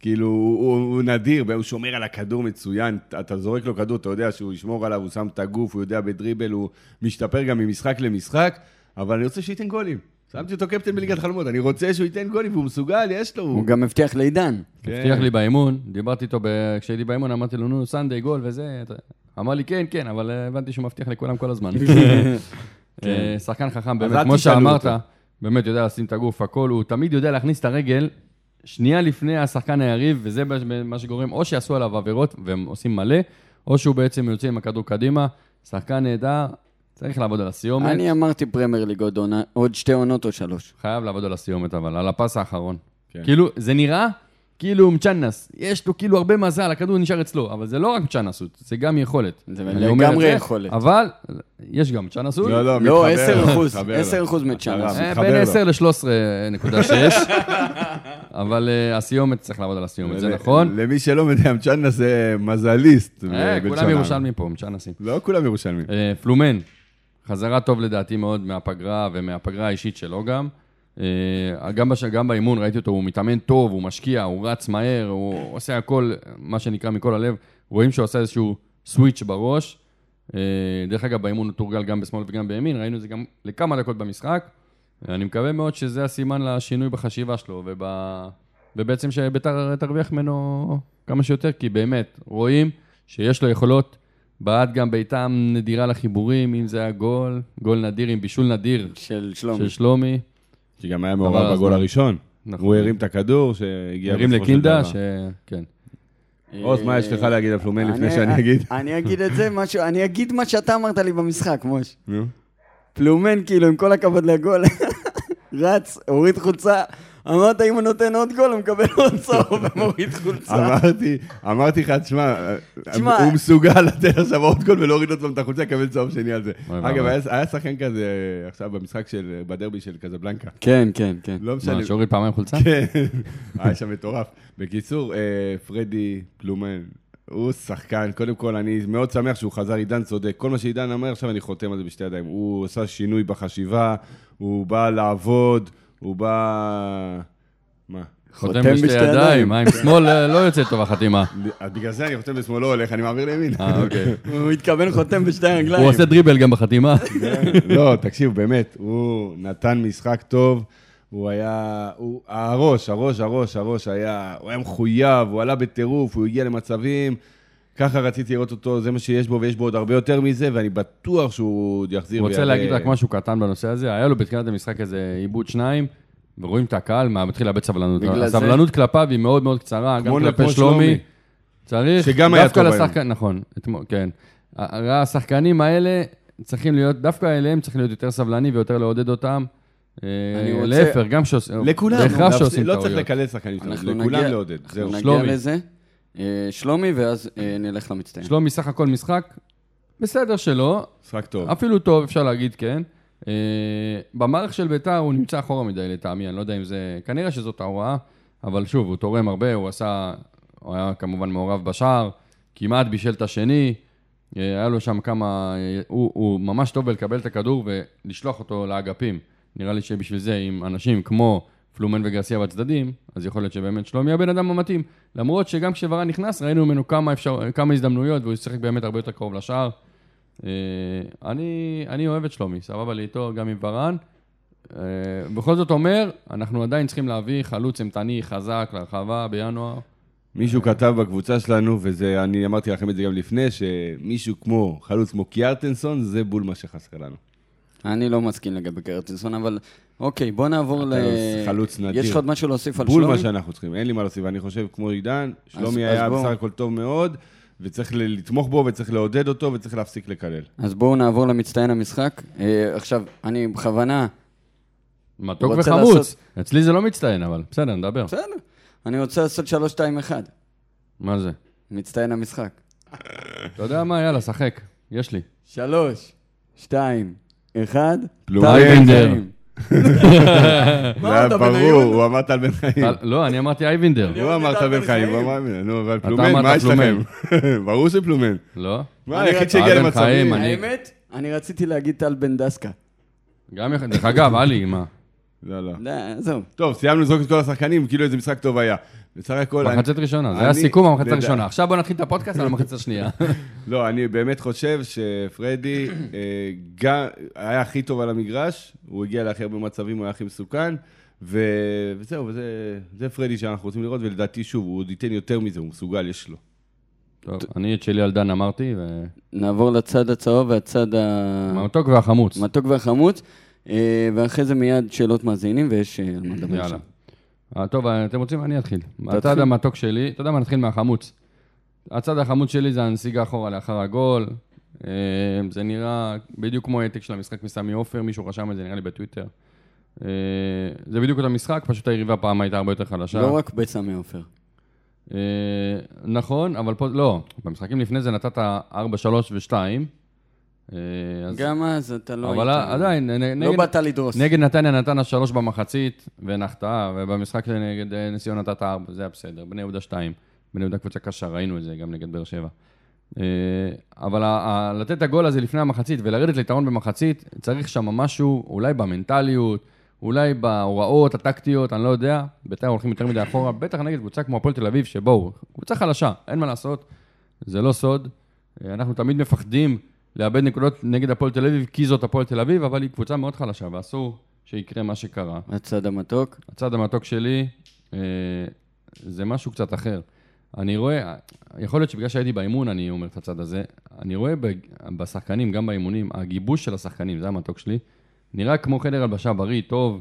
כאילו, הוא, הוא, הוא נדיר, הוא שומר על הכדור מצוין, אתה זורק לו כדור, אתה יודע שהוא ישמור עליו, הוא שם את הגוף, הוא יודע בדריבל, הוא משתפר גם ממשחק למשחק, אבל אני רוצה שייתן גולים. שמתי אותו קפטן בליגת חלומות, אני רוצה שהוא ייתן גולים, והוא מסוגל, יש לו.
הוא גם הבטיח לעידן.
כן.
הבטיח לי באימון, דיברתי איתו, ב- כשהייתי באימון אמרתי לו, נו, סנדיי גול וזה. אתה- אמר לי, כן, כן, אבל אה, הבנתי שהוא מבטיח לכולם כל הזמן. אה, שחקן חכם,
כן. אל
באמת, כמו
תשאלו
שאמרת,
אותו.
באמת יודע לשים את הגוף, הכל, הוא תמיד יודע להכניס את הרגל שנייה לפני השחקן היריב, וזה ב- מה שגורם, או שעשו עליו עבירות והם עושים מלא, או שהוא בעצם יוצא עם הכדור קדימה. שחקן נהדר, צריך לעבוד על הסיומת.
אני אמרתי פרמייר ליג עוד עונה- עוד שתי עונות או שלוש.
חייב לעבוד על הסיומת, אבל על הפס האחרון.
כן.
כאילו, זה נראה כאילו הוא מצ'אנס. יש לו כאילו הרבה מזל, הכדור נשאר אצלו, אבל זה לא רק מצ'אנסות, זה גם יכולת.
זה
אני אומר את
לגמרי
זה,
יכולת.
אבל יש גם מצ'אנסות.
לא, לא,
לא,
מתחבר לו,
10 אחוז,
מתחבר
10
לו.
אחוז מצ'אנס.
הרב.
אה,
מתחבר
בין
לו.
10 ל-13.6, אבל אה, הסיומת, צריך לעבוד על הסיומת, זה
ל-
נכון.
למי שלא יודע, מצ'אנס זה מזליסט.
אה,
בלשון
כולם
העם.
ירושלמים פה, מצ'אנסים.
לא כולם ירושלמים.
אה, פלומן, חזרה טוב לדעתי מאוד מהפגרה ומהפגרה האישית שלו גם. אה, גם, בש... גם באימון ראיתי אותו, הוא מתאמן טוב, הוא משקיע, הוא רץ מהר, הוא עושה הכל, מה שנקרא, מכל הלב. רואים שהוא עושה איזשהו סוויץ' בראש. אה, דרך אגב, באימון הוא תורגל גם בשמאל וגם בימין, ראינו את זה גם לכמה דקות במשחק. אה, אני מקווה מאוד שזה הסימן לשינוי בחשיבה שלו, וב... ובעצם שביתר תרוויח ממנו כמה שיותר, כי באמת, רואים שיש לו יכולות, בעט גם בעיטם נדירה לחיבורים, אם זה היה גול, גול נדיר עם בישול נדיר
של שלומי.
של שלומי.
כי גם היה
חבל
מעורב בגול
הזמן.
הראשון.
נכון.
הוא הרים את הכדור שהגיע
ירים
בסופו של
לקינדה,
דבר.
ש... כן.
עוז, מה יש לך להגיד על פלומן לפני שאני אגיד?
אני אגיד את זה, משהו- אני אגיד מה שאתה אמרת לי במשחק, מוש.
נו.
פלומן, כאילו, עם כל הכבוד לגול, רץ, הוריד חולצה, אמרת, אם הוא נותן עוד גול, הוא מקבל עוד צהוב ומוריד חולצה.
אמרתי, אמרתי לך, תשמע,
תשמע,
הוא מסוגל לתת עכשיו עוד גול ולהוריד עוד פעם את החולצה, לקבל צהוב שני על זה.
אוי
אגב,
ואבוי.
היה- היה שחקן כזה אה, עכשיו במשחק של, בדרבי של קזבלנקה.
כן, כן, כן.
לא משנה.
מה, שהוריד פעמיים חולצה?
כן, היה שם מטורף. בקיצור, אה, פרדי פלומן, הוא שחקן. קודם כל, אני מאוד שמח שהוא חזר, עידן צודק. כל מה שעידן אמר, עכשיו אני חותם על זה בשתי ידיים. הוא עשה שינוי בחשיבה, הוא בא לעבוד, הוא בא... מה?
חותם בשתי ידיים, מה, עם שמאל אה, לא יוצא טוב החתימה.
אז בגלל זה אני חותם בשמאלו הולך, אני מעביר לימין.
אה, אוקיי.
הוא התכוון חותם בשתי רגליים.
הוא עושה דריבל גם בחתימה.
לא, תקשיב, באמת, הוא נתן משחק טוב. הוא היה, הוא, הראש, הראש, הראש, הראש היה, הוא היה מחויב, הוא עלה בטירוף, הוא הגיע למצבים. ככה רציתי לראות אותו, זה מה שיש בו, ויש בו עוד הרבה יותר מזה, ואני בטוח שהוא עוד יחזיר.
רוצה
ויעלה.
להגיד רק משהו קטן בנושא הזה, היה לו בתחילת המשחק איזה עיבוד שניים, ורואים את הקהל, מה, מתחיל לאבד סבלנות.
בגלל זה-
הסבלנות כלפיו היא מאוד מאוד קצרה, גם
כמו
כלפי
כמו
שלומי.
שלומי.
צריך,
שגם היה
דווקא
טוב
לשחקן, נכון, אתמול, כן. ה- השחקנים האלה צריכים להיות, דווקא אליהם צריך להיות יותר סבלני ויותר לעודד אותם. אה,
אני רוצה-
להפך, גם שעושים,
לכולם,
בהכרח
להפסיק-
שעושים
לא צריך
טעויות.
לקלל שחקנים שלנו,
אנחנו
לכולם
נגיע-
לעודד, זהו.
אנחנו
שלומי.
נגיע לזה. אה, שלומי, ואז אה, נלך למצטיין.
שלומי סך הכל משחק, בסדר שלו,
משחק טוב.
אפילו טוב, אפשר להגיד כן. אה, במערך של ביתר הוא נמצא אחורה מדי לטעמי, אני לא יודע אם זה... כנראה שזאת ההוראה, אבל שוב, הוא תורם הרבה, הוא עשה... הוא היה כמובן מעורב בשער, כמעט בישל את השני, אה, היה לו שם כמה... אה, הוא, הוא ממש טוב בלקבל את הכדור ולשלוח אותו לאגפים. נראה לי שבשביל זה, עם אנשים כמו פלומן וגרסיה בצדדים, אז יכול להיות שבאמת שלומי הבן אדם המתאים. למרות שגם כשוורן נכנס, ראינו ממנו כמה, אפשר, כמה הזדמנויות, והוא שיחק באמת הרבה יותר קרוב לשער. אה, אני, אני אוהב את שלומי, סבבה לי איתו, גם עם ורן. אה, בכל זאת אומר, אנחנו עדיין צריכים להביא חלוץ אימתני חזק להרחבה בינואר.
מישהו כתב בקבוצה שלנו, וזה, אני אמרתי לכם את זה גם לפני, שמישהו כמו, חלוץ כמו קיארטנסון, זה בול מה שחסר לנו.
אני לא מסכים לגבי קרטינסון, אבל אוקיי, בוא נעבור ל...
חלוץ נדיר.
יש לך עוד משהו להוסיף על
בול
שלומי?
מה שאנחנו צריכים, אין לי מה להוסיף. אני חושב, כמו עידן, שלומי
אז
היה
בוא.
בסך הכל טוב מאוד, וצריך ל- לתמוך בו, וצריך לעודד אותו, וצריך להפסיק לקלל.
אז בואו נעבור למצטיין המשחק. אה, עכשיו, אני בכוונה...
מתוק
רוצה
וחמוץ.
לעשות-
אצלי זה לא מצטיין, אבל בסדר, נדבר.
בסדר. אני רוצה לעשות 3-2-1.
מה זה?
מצטיין המשחק.
אתה יודע מה, יאללה, שחק. יש לי.
3, 2, 1.
פלומן.
מה,
זה היה
אתה
ברור,
בניון?
הוא אמר טל בן חיים.
טל- לא, אני אמרתי אייבינדר.
הוא אמר טל בן חיים, הוא אמר, נו, אבל פלומן,
אמרת
מה יש לכם?
פלומן.
ברור שפלומן.
לא?
מה,
אני
היחיד
רק-
שהגיע
טל בן חיים,
למצבים.
אני-
האמת, אני רציתי להגיד טל בן דסקה.
גם יח... דרך אגב, עלי, מה?
לא,
אה.
לא.
לא, זהו.
טוב, סיימנו לזרוק את כל השחקנים, כאילו איזה משחק טוב היה. בסך הכל... לא, אני-
מחצית ראשונה, זה היה
אני-
סיכום המחצית
לדע-
הראשונה. עכשיו בוא נתחיל את הפודקאסט על המחצית השנייה.
לא, אני באמת חושב שפרדי אה, גם היה הכי טוב על המגרש, הוא הגיע להכי הרבה מצבים, הוא היה הכי מסוכן, ו... וזהו, וזה זה פרדי שאנחנו רוצים לראות, ולדעתי, שוב, הוא עוד ייתן יותר מזה, הוא מסוגל, יש לו.
טוב, אני את שלי על דן אמרתי, ו...
נעבור לצד הצהוב והצד ה-
המתוק והחמוץ.
המתוק והחמוץ, אה, ואחרי זה מיד שאלות מאזינים ויש אה, על מה לדבר
יאללה.
שם.
אה, טוב, אתם רוצים? אני אתחיל. הצד
תתחיל.
המתוק שלי, אתה יודע מה, נתחיל מהחמוץ. הצד החמוץ שלי זה הנסיגה אחורה לאחר הגול. אה, זה נראה בדיוק כמו העתק של המשחק מסמי עופר, מישהו רשם את זה נראה לי בטוויטר. אה, זה בדיוק אותו משחק, פשוט היריבה פעם הייתה הרבה יותר חלשה.
לא רק בסמי עופר.
אה, נכון, אבל פה, לא, במשחקים לפני זה נתת 4, 3 ו-2.
גם אז אתה לא
אה, אבל
היית-
עדיין, נ-
לא
נגד-
באת לדרוס.
נגד נתניה נתן השלוש במחצית, ואין החטאה, ובמשחק נגד אה, נס ציונה נתת ארבע, זה היה בסדר. בני יהודה שתיים. בני יהודה קבוצה קשה, ראינו את זה גם נגד באר שבע. אה, אבל ה- ה- לתת את הגול הזה לפני המחצית ולרדת ליתרון במחצית, צריך שם משהו, אולי במנטליות, אולי בהוראות הטקטיות, אני לא יודע. בית"ר הולכים יותר מדי אחורה, בטח נגד קבוצה כמו הפועל תל אביב, שבואו, קבוצה חלשה, אין מה לעשות, זה לא סוד. אה, אנחנו תמיד מפחדים לאבד נקודות נגד הפועל תל אביב, כי זאת הפועל תל אביב, אבל היא קבוצה מאוד חלשה, ואסור שיקרה מה שקרה.
הצד המתוק.
הצד המתוק שלי, אה, זה משהו קצת אחר. אני רואה, יכול להיות שבגלל שהייתי באימון, אני אומר את הצד הזה, אני רואה ב- בשחקנים, גם באימונים, הגיבוש של השחקנים, זה המתוק שלי, נראה כמו חדר הלבשה בריא, טוב,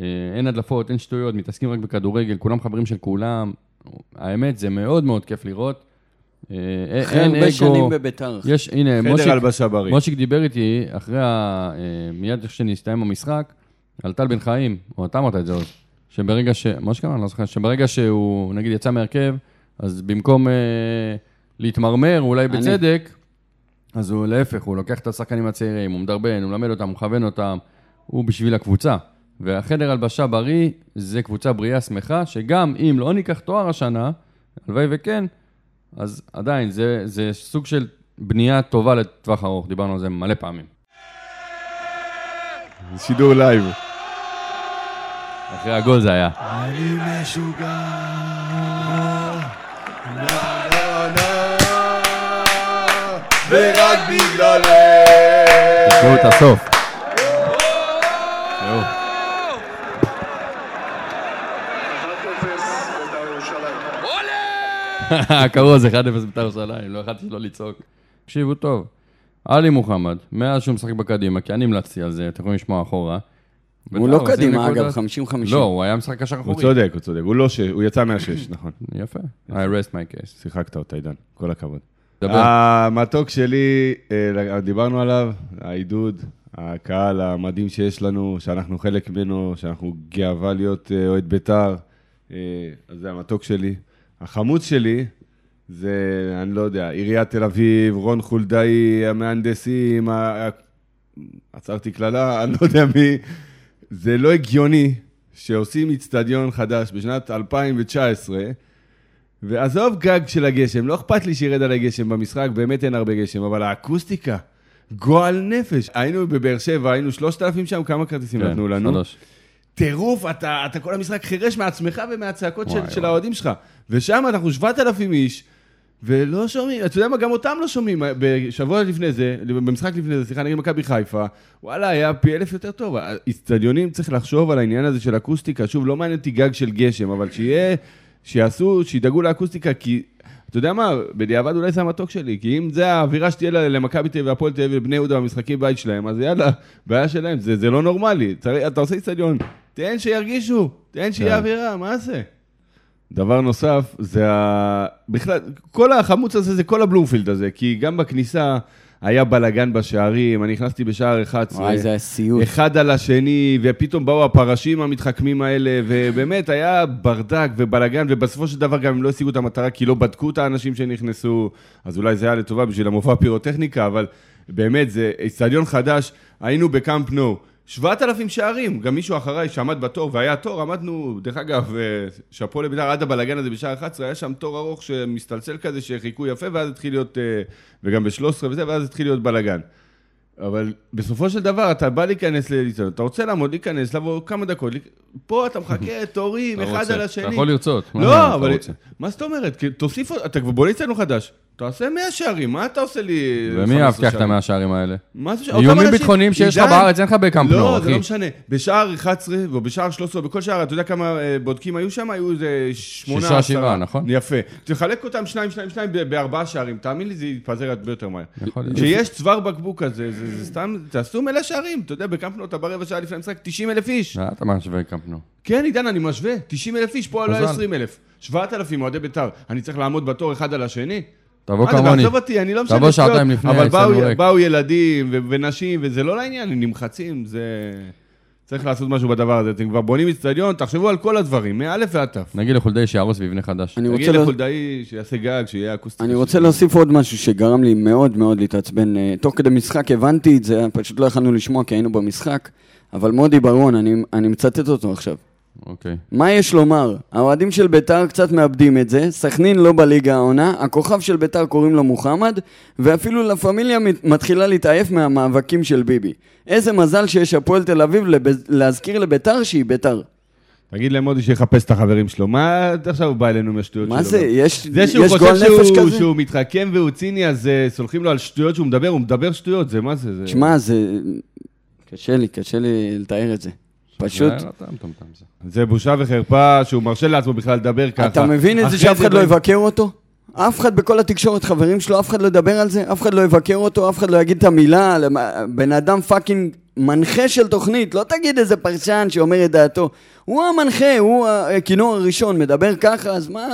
אה, אין הדלפות, אין שטויות, מתעסקים רק בכדורגל, כולם חברים של כולם. האמת, זה מאוד מאוד כיף לראות. אה, אין אגו.
אחרי הרבה שנים בביתר. אחי.
יש, הנה, מושיק,
חדר הלבשה בריא.
מושיק דיבר איתי אחרי ה... אה, מיד איך שנסתיים המשחק, על טל בן חיים, או אתה אמרת את זה עוד, שברגע ש... מה שקרה, אני לא זוכר, שברגע שהוא, נגיד, יצא מהרכב, אז במקום אה, להתמרמר, אולי
אני.
בצדק, אז הוא להפך, הוא לוקח את השחקנים הצעירים, הוא מדרבן, הוא מלמד אותם, הוא מכוון אותם, הוא בשביל הקבוצה. והחדר הלבשה בריא, זה קבוצה בריאה שמחה, שגם אם לא ניקח תואר השנה, הלוואי וכן, אז עדיין, זה, זה סוג של בנייה טובה לטווח ארוך, דיברנו על זה מלא פעמים.
זה שידור לייב.
אחרי הגול זה היה.
ורק בגללך.
תשמעו את הסוף. קראו אז 1-0 בית"ר ירושלים, לא יכלתי שלא לצעוק. תקשיבו טוב, עלי מוחמד, מאז שהוא משחק בקדימה, כי אני המלצתי על זה, אתם יכולים לשמוע אחורה.
הוא לא
בית"ר אה, עושים
קדימה, אגב,
נקודות.
50-50.
לא, הוא היה משחק קשר
הוא
אחורי.
צודק, הוא צודק. הוא לא ש... הוא יצא מהשש, נכון.
יפה. I rest my case.
שיחקת אותה, עידן. כל הכבוד.
דבר.
המתוק שלי, אה, דיברנו עליו, העידוד, הקהל המדהים שיש לנו, שאנחנו חלק ממנו, שאנחנו גאווה להיות אה, אוהד בית"ר, אה, אז זה המתוק שלי. החמוץ שלי, זה, אני לא יודע, עיריית תל אביב, רון חולדאי, המהנדסים, ה- ה- עצרתי קללה, אני לא יודע מי. זה לא הגיוני שעושים איצטדיון חדש בשנת 2019, ועזוב גג של הגשם, לא אכפת לי שירד על הגשם במשחק, באמת אין הרבה גשם, אבל האקוסטיקה, גועל נפש. היינו בבאר שבע, היינו 3,000 שם, כמה כרטיסים
כן,
נתנו לנו?
שלוש.
טירוף, אתה, אתה כל המשחק חירש מעצמך ומהצעקות
וואי,
של, של
וואי.
האוהדים שלך. ושם אנחנו 7,000 איש, ולא שומעים, אתה יודע מה, גם אותם לא שומעים. בשבוע לפני זה, במשחק לפני זה, סליחה, נגד מכבי חיפה, וואלה, היה פי אלף יותר טוב. האיצטדיונים, צריך לחשוב על העניין הזה של אקוסטיקה. שוב, לא מעניין אותי גג של גשם, אבל שיהיה, שיעשו, שידאגו לאקוסטיקה, כי... אתה יודע מה, בדיעבד אולי זה המתוק שלי, כי אם זה האווירה שתהיה ל- למכבי תל אביב והפועל תל אביב ובני יהודה במשחקי בית שלהם, אז יאללה, בעיה שלהם, זה, זה לא נורמלי. צריך, אתה עושה איצטדיון, תן שירגישו, תן שיהיה
כן.
אווירה, מה זה? דבר נוסף, זה ה... בכלל, כל החמוץ הזה, זה כל הבלומפילד הזה, כי גם בכניסה היה בלגן בשערים, אני נכנסתי בשער 11.
וואי, זה היה סיוט.
אחד על השני, ופתאום באו הפרשים המתחכמים האלה, ובאמת היה ברדק ובלאגן, ובסופו של דבר גם הם לא השיגו את המטרה, כי לא בדקו את האנשים שנכנסו, אז אולי זה היה לטובה בשביל המופע הפירוטכניקה, אבל באמת, זה איצטדיון חדש, היינו בקאמפ נו. 7,000 שערים, גם מישהו אחריי שעמד בתור, והיה תור, עמדנו, דרך אגב, אה, שאפו לבית"ר, עד הבלגן הזה בשער 11, היה שם תור ארוך שמסתלסל כזה, שחיכו יפה, ואז התחיל להיות, אה, וגם ב-13 וזה, ואז התחיל להיות בלגן. אבל בסופו של דבר, אתה בא להיכנס לליצון, אתה רוצה לעמוד, להיכנס, לבוא כמה דקות, להיכ- פה אתה מחכה, תורים,
אתה לא
אחד
רוצה.
על השני.
אתה יכול לרצות. מה
לא,
אתה
אבל...
רוצה?
מה זאת אומרת? כי תוסיף, אתה כבר בונה איצטדיון חדש. תעשה 100 שערים, מה אתה עושה לי...
ומי
15
יבטיח את
שערים?
המאה שערים האלה?
מה זה ש... אותם
איומים
אנשים-
ביטחוניים שיש לך
עידן,
בארץ, אין לך בקמפנור,
לא, זה
אחי.
לא משנה. בשער 11, או בשער 13, או בכל שער, אתה יודע כמה אה, בודקים היו שם? היו איזה שמונה,
שישה,
עשרה.
שבעה, נכון?
יפה. תחלק אותם שניים, שניים, שניים ב- בארבעה שערים. תאמין לי, זה יתפזר הרבה יותר מהר.
יכול להיות.
כשיש צוואר בקבוק כזה, זה זה סתם, תעשו מלא שערים. אתה יודע, בקמפנו אתה ברבע שעה לפני המשחק, 90 אלף איש.
אה, אתה משווה קמפנור.
כן, עידן, אני משווה. 90 אלף איש, פה לא היה
מזל.
20 אלף. 7,000 אוהדי ביטר. אני צריך לעמוד בתור אחד על השני?
תבוא
מה זה,
כמוני.
עזוב אותי, אני לא משנה
תבוא
שטויות,
שעתיים לפני,
אבל באו-
סנורק.
באו ילדים ו- ונשים, וזה לא לעניין, הם נמחצים, זה... צריך לעשות משהו בדבר הזה. אתם כבר בונים אצטדיון, תחשבו על כל הדברים, מא' ועד ת'.
נגיד לחולדאי שיהרוס ויבנה חדש.
אני רוצה
תגיד
לה-
לחולדאי שיעשה גג, שיהיה אקוסטי.
אני רוצה להוסיף עוד משהו שגרם לי מאוד מאוד להתעצבן. אה, תוך כדי משחק הבנתי את זה, פשוט לא יכלנו לשמוע כי היינו במשחק, אבל מודי ברון, אני, אני מצטט אותו עכשיו.
אוקיי.
מה יש לומר? האוהדים של ביתר קצת מאבדים את זה, סכנין לא בליגה העונה, הכוכב של ביתר קוראים לו מוחמד, ואפילו לה פמיליה מת- מתחילה להתעייף מהמאבקים של ביבי. איזה מזל שיש הפועל תל אביב לב... להזכיר לביתר שהיא ביתר.
תגיד למודי שיחפש את החברים שלו. מה עכשיו הוא בא אלינו עם השטויות שלו?
מה זה? יש,
זה שהוא
יש
חושב
גועל נפש
שהוא,
כזה?
שהוא מתחכם והוא ציני, אז אה, סולחים לו על שטויות שהוא מדבר, הוא מדבר שטויות, זה מה זה? זה...
שמע, זה... קשה לי, קשה לי לתאר את זה. פשוט...
אה, לא, אתה מטומטם זה.
זה בושה וחרפה שהוא מרשה לעצמו בכלל לדבר ככה.
אתה מבין את זה
אחרי
שאף אחד לא
ב-
יבקר אותו? אף אחד בכל התקשורת, חברים שלו, אף אחד לא ידבר על זה, אף אחד לא יבקר אותו, אף אחד לא יגיד את המילה, למ- בן אדם פאקינג מנחה של תוכנית, לא תגיד איזה פרשן שאומר את דעתו. הוא המנחה, הוא הכינור הראשון, מדבר ככה, אז מה...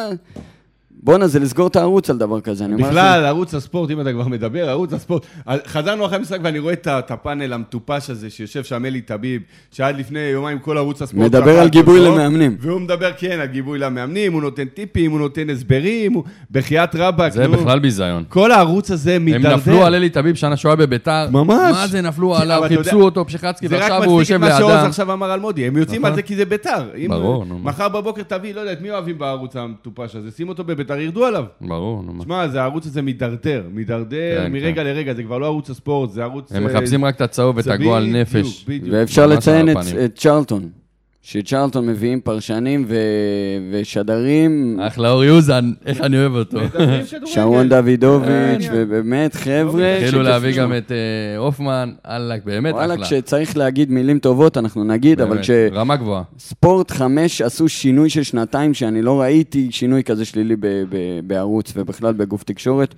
בואנה, זה לסגור את הערוץ על דבר כזה, אני אומר לך.
בכלל, ערוץ הספורט, אם אתה כבר מדבר, ערוץ הספורט. חזרנו אחרי המשחק ואני רואה את ה- את הפאנל המטופש הזה שיושב שם אלי טביב, שעד לפני יומיים כל ערוץ הספורט...
מדבר
שחק
על גיבוי
אותו,
למאמנים.
והוא מדבר, כן, על גיבוי למאמנים, הוא נותן טיפים, הוא נותן הסברים, הוא- בחייאת רבאק,
זה בכלל ביזיון.
לא- כל הערוץ הזה
הם
מידרדר.
נפלו על אלי תביב שנה שהוא היה בביתר.
ממש.
מה זה נפלו
כן,
עליו,
אבל אתה
חיפשו
יודע-
אותו, פשיחצקי,
זה רק
ועכשיו הוא
מצדיק
יושב
את מה שעוז
לידם.
עכשיו אמר על מודי, הם יוצאים
נכון.
על זה כי זה ביתר. אם-
ברור, נו, מה.
מחר בבוקר תביא, לא יודע, את מי אוהבים בערוץ המטופש הזה? שים אותו בביתר, ירדו עליו.
ברור, נו מה.
תשמע, זה הערוץ הזה מידרדר, מידרדר
נכון. כן,
מרגע
כן.
לרגע, זה כבר לא ערוץ הספורט, זה ערוץ...
הם
אה,
מחפשים רק את הצהוב ואת
זה
הגועל
בדיוק,
נפש.
בדיוק.
ואפשר
ממש
לציין
על
את,
הפנים.
את צ'רלטון, שצ'רלטון מביאים פרשנים ו... ושדרים,
אחלה אורי אוזן, איך אני אוהב אותו. כאילו
מדברים כדורגל.
שרון דוידוביץ',
כן.
ובאמת, חבר'ה...
התחילו להביא
שתפנו.
גם את אה, הופמן, וואלכ, באמת אחלה.
וואלה, כשצריך להגיד מילים טובות, אנחנו נגיד, אבל
באמת, רמה גבוהה.
כשספורט 5 עשו שינוי של שנתיים, שאני לא ראיתי שינוי כזה שלילי ב- ב- בערוץ ובכלל בגוף תקשורת.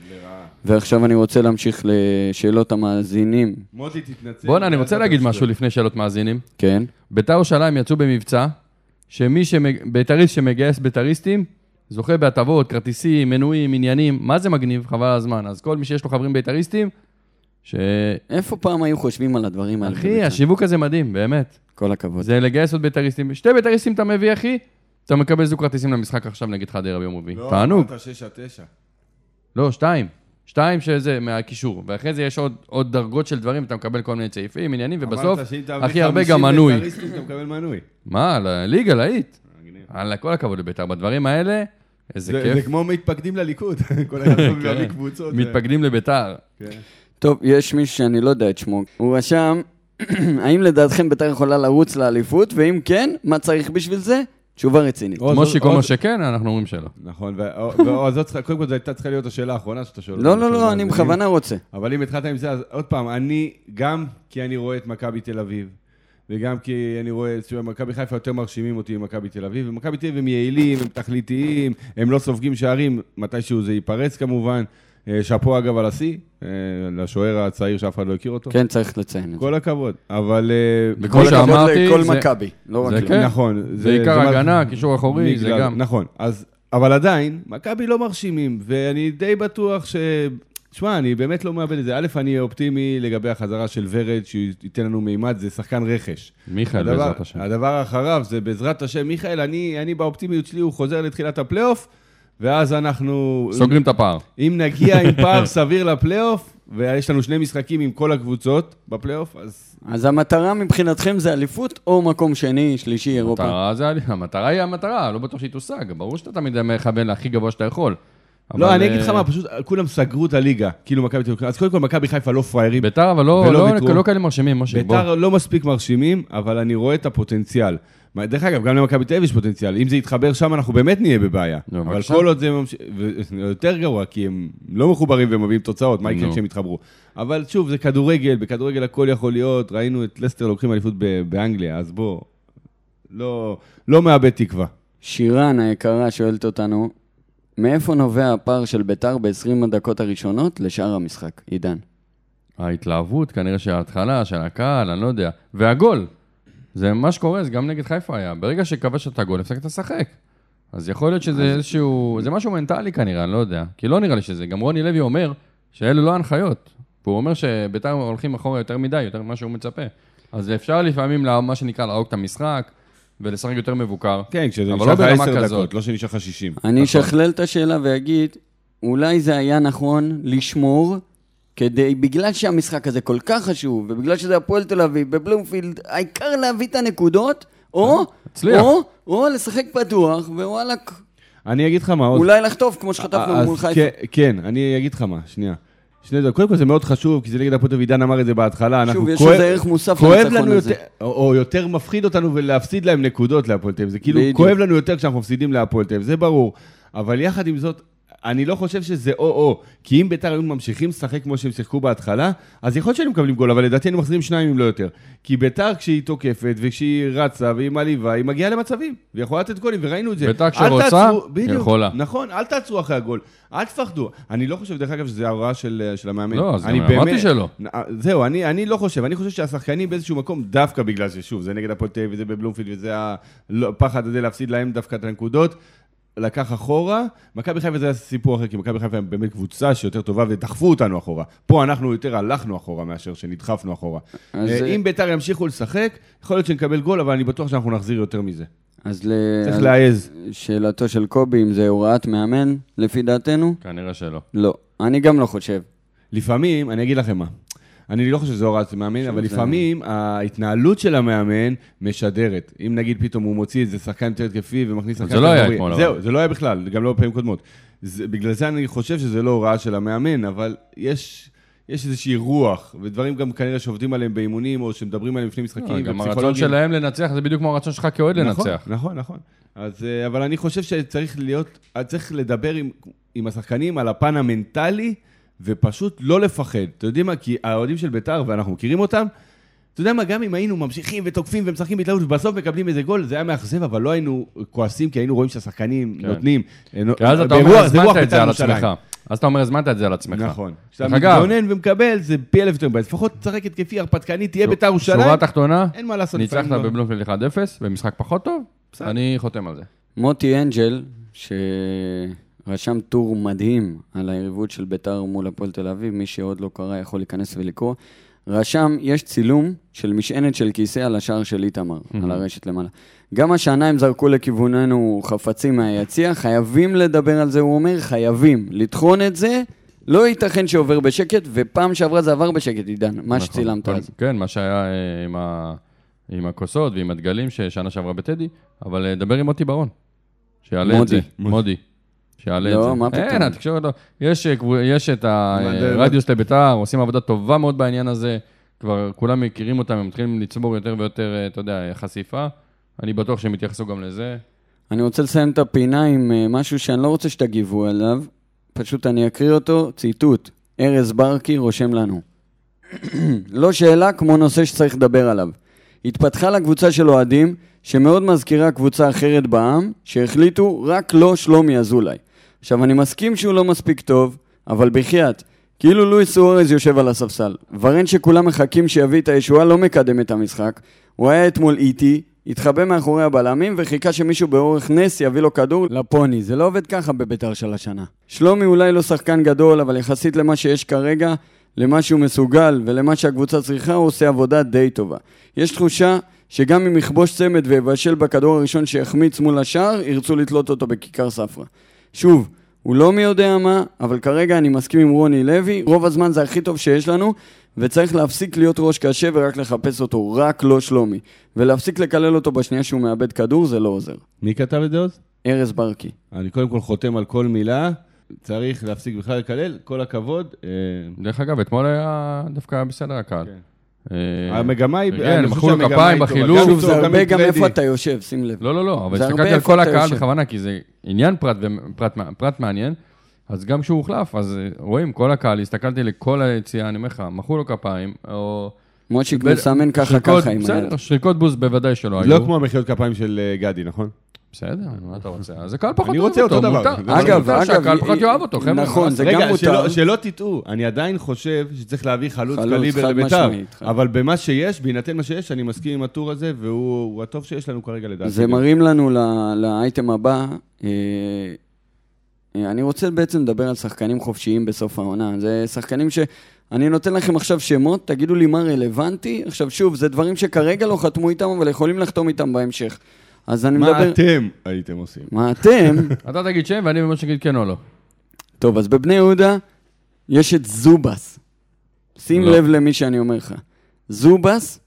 ועכשיו אני רוצה להמשיך לשאלות המאזינים.
מוטי, תתנצל.
בואנה, אני רוצה להגיד משהו לפני שאלות מאזינים.
כן.
ביתר ירושלים יצאו במבצע, שמי שביתריסט שמגייס ביתריסטים, זוכה בהטבות, כרטיסים, מנויים, עניינים, מה זה מגניב? חבל על הזמן. אז כל מי שיש לו חברים ביתריסטים, ש...
איפה פעם היו חושבים על הדברים האלה?
אחי,
באמת?
השיווק הזה מדהים, באמת.
כל הכבוד.
זה לגייס עוד ביתריסטים. שתי ביתריסטים אתה מביא, אחי, אתה מקבל זוג כרטיסים למשחק עכשיו נגד חדרה ביום רביעי. תענוג.
לא, אמרת שש עד תשע.
לא, שתיים. שתיים שזה מהקישור, ואחרי זה יש עוד, עוד דרגות של דברים, אתה מקבל כל מיני צעיפים, עניינים, ובסוף,
אמרת שאם תעביר
הכי הרבה
50
גם מנוי.
בית"ריסטים, אתה מקבל מנוי.
מה, לליגה, להיט.
מגניב.
על כל הכבוד לביתר, בדברים האלה, איזה
זה
כיף.
זה כמו מתפקדים לליכוד. כל אחד
כן.
מביא קבוצות.
מתפקדים לביתר.
כן.
טוב, יש מישהו שאני לא יודע את שמו. הוא רשם, האם לדעתכם בית"ר יכולה לרוץ לאליפות, ואם כן, מה צריך בשביל זה? תשובה רצינית.
כמו
עוד-
שכל
עוד-
מה שכן, אנחנו אומרים שלא.
נכון, ו- ועוד זאת צריכה, קודם כל זו הייתה צריכה להיות השאלה האחרונה שאתה שואל.
לא,
אותנו,
לא,
של
לא, אני
מאזינים.
בכוונה רוצה.
אבל אם התחלת עם זה, אז עוד פעם, אני, גם כי אני רואה את מכבי תל אביב, וגם כי אני רואה, זאת אומרת, מכבי חיפה יותר מרשימים אותי ממכבי תל אביב, ומכבי תל אביב הם יעילים, הם תכליתיים, הם לא סופגים שערים, מתישהו זה ייפרץ כמובן. אה, שאפו אגב על השיא, אה, לשוער הצעיר שאף אחד לא הכיר אותו.
כן, צריך לציין את זה.
כל הכבוד, אבל... אה,
וכל
כל
הכבוד
הכבוד-
שאמרתי,
לכל
זה-
מכבי, לא רק
זה
לו.
כן.
נכון.
זה עיקר
מה-
הגנה, קישור אחורי, זה
בגלל-
גם.
נכון, אז, אבל עדיין, מכבי לא מרשימים, ואני די בטוח ש... שמע, אני באמת לא מאבד את זה. א', אני אופטימי לגבי החזרה של ורד, שייתן לנו מימד, זה שחקן רכש.
מיכאל,
הדבר-
בעזרת השם.
הדבר אחריו זה בעזרת השם, מיכאל, אני, אני באופטימיות שלי, הוא חוזר לתחילת הפלייאוף, ואז אנחנו...
סוגרים את הפער.
אם נגיע עם פער סביר לפלייאוף, ויש לנו שני משחקים עם כל הקבוצות בפלייאוף, אז
אז המטרה מבחינתכם זה אליפות או מקום שני, שלישי,
אוקיי.
אירופה?
המטרה זה ה- המטרה היא המטרה, לא בטוח שהיא תושג. ברור שאתה תמיד מכוון להכי גבוה שאתה יכול. אבל,
לא, אני אגיד לך
אה,
מה, פשוט כולם סגרו את הליגה. כאילו מכבי תל אביב. אז קודם כל, מכבי חיפה לא פראיירים.
ביתר, אבל לא-
ולא
לא
ויתרו.
לא כאלה מרשימים, משה. בוא.
ביתר לא מספיק מרשימים, אבל אני רואה את הפוטנציאל. מה, דרך אגב, גם למכבי תל אביב יש פוטנציאל. אם זה יתחבר שם, אנחנו באמת נהיה בבעיה.
נו,
אבל
לא, בבקשה.
כל עוד זה ממשיך... יותר גרוע, כי הם לא מחוברים והם מביאים תוצאות, מה יקרה
נו.
כשהם יתחברו? אבל שוב, זה כדורגל, בכדורגל הכל יכול להיות. ראינו את לסטר לוקחים אליפות ב- באנגליה, אז בוא, לא לא מאבד תקווה.
שירן היקרה שואלת אותנו, מאיפה נובע הפער של ביתר ב-20 הדקות הראשונות לשאר המשחק? עידן.
ההתלהבות, כנראה שההתחלה, של הקהל, אני לא יודע. והגול, זה מה שקורה, זה גם נגד חיפה היה. ברגע שכבש את הגול, הפסקת לשחק. אז יכול להיות שזה איזשהו... זה משהו מנטלי כנראה, אני לא יודע. כי לא נראה לי שזה. גם רוני לוי אומר שאלו לא ההנחיות. והוא אומר שביתר הולכים אחורה יותר מדי, יותר ממה שהוא מצפה. אז אפשר לפעמים, לה- מה שנקרא, להרוג את המשחק ולשחק יותר מבוקר.
כן, כשזה
אבל
נשאר
לא
לך
ברמה
10
כזאת.
דקות, לא שנשאר לך 60.
אני אשכלל את השאלה ואגיד, אולי זה היה נכון לשמור, כדי, בגלל שהמשחק הזה כל כך חשוב, ובגלל שזה הפועל תל אביב, בבלומפילד, העיקר להביא את הנקודות,
אה,
או,
הצליח.
או, או לשחק פתוח, ווואלכ,
אני אגיד לך מה עוד.
אולי לחטוף כמו שחטפנו
אז
מול חיפה.
כן- כן, אני אגיד לך מה, שנייה. שני דקות, קודם כל זה מאוד חשוב, כי זה נגד הפועל תל אביב, עידן אמר את זה בהתחלה. אנחנו
יש
כואב-
לזה ערך מוסף
כואב
לניצחון
לנו
הזה.
יותר, או, או יותר מפחיד אותנו ולהפסיד להם נקודות להפועל תל אביב. זה כאילו
בדיוק.
כואב לנו יותר כשאנחנו מפסידים להפועל תל אביב, זה ברור. אבל יחד עם זאת, אני לא חושב שזה או-או, כי אם ביתר היו ממשיכים לשחק כמו שהם שיחקו בהתחלה, אז יכול להיות שהיינו מקבלים גול, אבל לדעתי היינו מחזירים שניים אם לא יותר. כי ביתר כשהיא תוקפת וכשהיא רצה והיא מעליבה, היא מגיעה למצבים, והיא יכולה לתת גולים, וראינו את זה.
ביתר
אל
כשרוצה,
תעצרו- בדיוק,
יכולה.
נכון, אל תעצרו אחרי הגול, אל תפחדו. אני לא חושב, דרך אגב, שזה ההוראה של, של המאמן.
לא, אז
אני
גם אמרתי
באמת- אה,
שלא.
זהו, אני, אני לא חושב, אני חושב שהשחקנים באיזשהו מקום, דווקא בגלל ששוב, זה נגד הפועל תל אביב, וזה בבלומפילד, וזה הפחד הזה להפסיד להם דווקא את הנקודות, לקח אחורה. מכבי חיפה זה היה סיפור אחר, כי מכבי חיפה הם באמת קבוצה שיותר טובה, ודחפו אותנו אחורה. פה אנחנו יותר הלכנו אחורה מאשר שנדחפנו אחורה.
אז,
אה,
אה,
אם ביתר ימשיכו לשחק, יכול להיות שנקבל גול, אבל אני בטוח שאנחנו נחזיר יותר מזה.
אה,
אז ל...
צריך
אז
להעז.
שאלתו של קובי, אם זה הוראת מאמן, לפי דעתנו?
כנראה שלא.
לא. אני גם לא חושב.
לפעמים, אני אגיד לכם מה, אני לא חושב שזה הוראת מאמן, אבל לפעמים ההתנהלות של המאמן משדרת. אם נגיד פתאום הוא מוציא איזה שחקן יותר התקפי ומכניס שחקן...
זה לא
יותר
היה
אחורי.
אתמול, אבל.
זהו, זה לא היה בכלל, גם לא בפעמים קודמות. זה, בגלל זה אני חושב שזה לא הוראה של המאמן, אבל יש... יש איזושהי רוח, ודברים גם כנראה שעובדים עליהם באימונים, או שמדברים עליהם לפני משחקים,
לא, גם הרצון
ופסיכולוגים.
שלהם לנצח זה בדיוק כמו הרצון שלך כאוהד לנצח.
נכון, נכון, נכון. אז, אה, אבל אני חושב שצריך להיות, אה, צריך לדבר עם, עם השחקנים על הפן המנטלי, ופשוט לא לפחד. אתם יודעים מה? כי האוהדים של ביתר, ואנחנו מכירים אותם, אתה יודע מה, גם אם היינו ממשיכים ותוקפים ומשחקים בהתלהבות, ובסוף מקבלים איזה גול, זה היה מאכזב, אבל לא היינו כועסים, כי היינו רואים שהשחקנים
כן.
נותנים. אה,
כי אז אתה
ברוח-
אומר,
זה רוח
הזמנת את זה
בית"ר
על
ירושלים.
עצמך. אז אתה אומר, הזמנת את זה על עצמך.
נכון. כשאתה
דרך אגב,
מתגונן ומקבל, זה פי אלף יותר מבאס. לפחות תשחק התקפי הרפתקני, תהיה ביתר
שורה
ירושלים,
תחתונה,
אין מה לעשות.
ניצחת
לפעמים לא.
בבלומפילד 1-0, במשחק פחות טוב, אני חותם על זה.
מוטי אנג'ל, שרשם טור מדהים על היריבות של ביתר מול הפועל תל אביב, מי שעוד לא קרא יכול להיכנס ולקרוא, רשם, יש צילום של משענת של כיסא על השער של איתמר, על הרשת למעלה. גם השנה הם זרקו לכיווננו חפצים מהיציע, חייבים לדבר על זה, הוא אומר, חייבים לטחון את זה. לא ייתכן שעובר בשקט, ופעם שעברה זה עבר בשקט, עידן, מה שצילמת
נכון.
אז.
כן, מה שהיה אה, עם ה- עם הכוסות ועם הדגלים ששנה שעברה בטדי, אבל אה, דבר עם מוטי ברון, שיעלה את
מודי.
זה. מודי. שיעלה את
לא,
זה.
מה פתאום.
אין, התקשורת לא... יש, אה, קבו- יש את
מה, זה-
הרדיוס לביתר, עושים עבודה טובה מאוד בעניין הזה. כבר כולם מכירים אותם, הם מתחילים לצבור יותר ויותר, אה, אתה יודע, חשיפה. אני בטוח שהם יתייחסו גם לזה.
אני רוצה לסיים את הפינה עם אה, משהו שאני לא רוצה שתגיבו עליו, פשוט אני אקריא אותו, ציטוט, ארז ברקי רושם לנו. לא שאלה כמו נושא שצריך לדבר עליו. התפתחה לה קבוצה של אוהדים, שמאוד מזכירה קבוצה אחרת בעם, שהחליטו רק לא שלומי אזולאי. עכשיו, אני מסכים שהוא לא מספיק טוב, אבל בחייאת, כאילו לואיס סוארז יושב על הספסל. ורן שכולם מחכים שיביא את הישועה לא מקדם את המשחק. הוא היה אתמול איטי, התחבא מאחורי הבלמים וחיכה שמישהו באורך נס יביא לו כדור לפוני. זה לא עובד ככה בביתר של השנה. שלומי אולי לא שחקן גדול, אבל יחסית למה שיש כרגע, למה שהוא מסוגל ולמה שהקבוצה צריכה, הוא עושה עבודה די טובה. יש תחושה שגם אם יכבוש צמד ויבשל בכדור הראשון שיחמיץ מול השער, ירצו לתלות אותו בכיכר ספרא. שוב, הוא לא מי יודע מה, אבל כרגע אני מסכים עם רוני לוי, רוב הזמן זה הכי טוב שיש לנו, וצריך להפסיק להיות ראש קשה ורק לחפש אותו, רק לא שלומי. ולהפסיק לקלל אותו בשנייה שהוא מאבד כדור, זה לא עוזר.
מי כתב את זה עוד?
ארז ברקי.
אני קודם כל חותם על כל מילה, צריך להפסיק בכלל לקלל, כל הכבוד. אה,
דרך אגב, אתמול היה דווקא בסדר הקהל. אה,
המגמה היא...
כן,
אני חושב
מחאו לו
שהמגמה
כפיים
היא טובה.
בחילוף.
גם
שוב,
שוב,
טוב,
זה הרבה גם
עם
איפה
טרנדי.
אתה יושב, שים לב.
לא, לא, לא, אבל
זה הרבה
הסתכלתי על
איפה
כל
אתה
הקהל
יושב.
בכוונה, כי זה עניין פרט, ו- פרט, פרט מעניין. אז גם כשהוא הוחלף, אז אה, רואים, כל הקהל, הסתכלתי לכל היציאה, אני אומר לך, מחאו לו כפיים, או...
מושיק מסמן ככה
שריקות-
ככה עם היד.
בסדר, שריקות בוז בוודאי שלא היו.
לא כמו המחיאות כפיים של אה, גדי, נכון?
בסדר, מה אתה רוצה? אז הקהל פחות
אני
אוהב
רוצה
אותו.
אותו דבר.
מותר-
אגב,
אבל מותר
אגב,
שהקהל
היא-
פחות יאהב אותו, חבר'ה.
נכון, זה
רגע,
גם מותר.
שלא, שלא תטעו, אני עדיין חושב שצריך להביא חלוץ,
חלוץ,
קליבר
חד
לביתר,
משמעית, כן. חד-
אבל במה שיש, בהינתן מה שיש, אני מסכים עם הטור הזה, והוא הוא הטוב שיש לנו כרגע לדעתי.
זה מרים לנו ל- לאייטם הבא. אה, אה, אני רוצה בעצם לדבר על שחקנים חופשיים בסוף העונה. זה שחקנים ש... אני נותן לכם עכשיו שמות, תגידו לי מה רלוונטי. עכשיו שוב, זה דברים שכרגע לא חתמו איתם, אבל יכולים לחתום איתם בהמשך. אז אני
מה
מדבר...
אתם הייתם עושים?
מה אתם?
אתה תגיד שם ואני ממש אגיד כן או לא.
טוב, אז בבני יהודה יש את זובס. שים
לא.
לב למי שאני אומר לך. זובס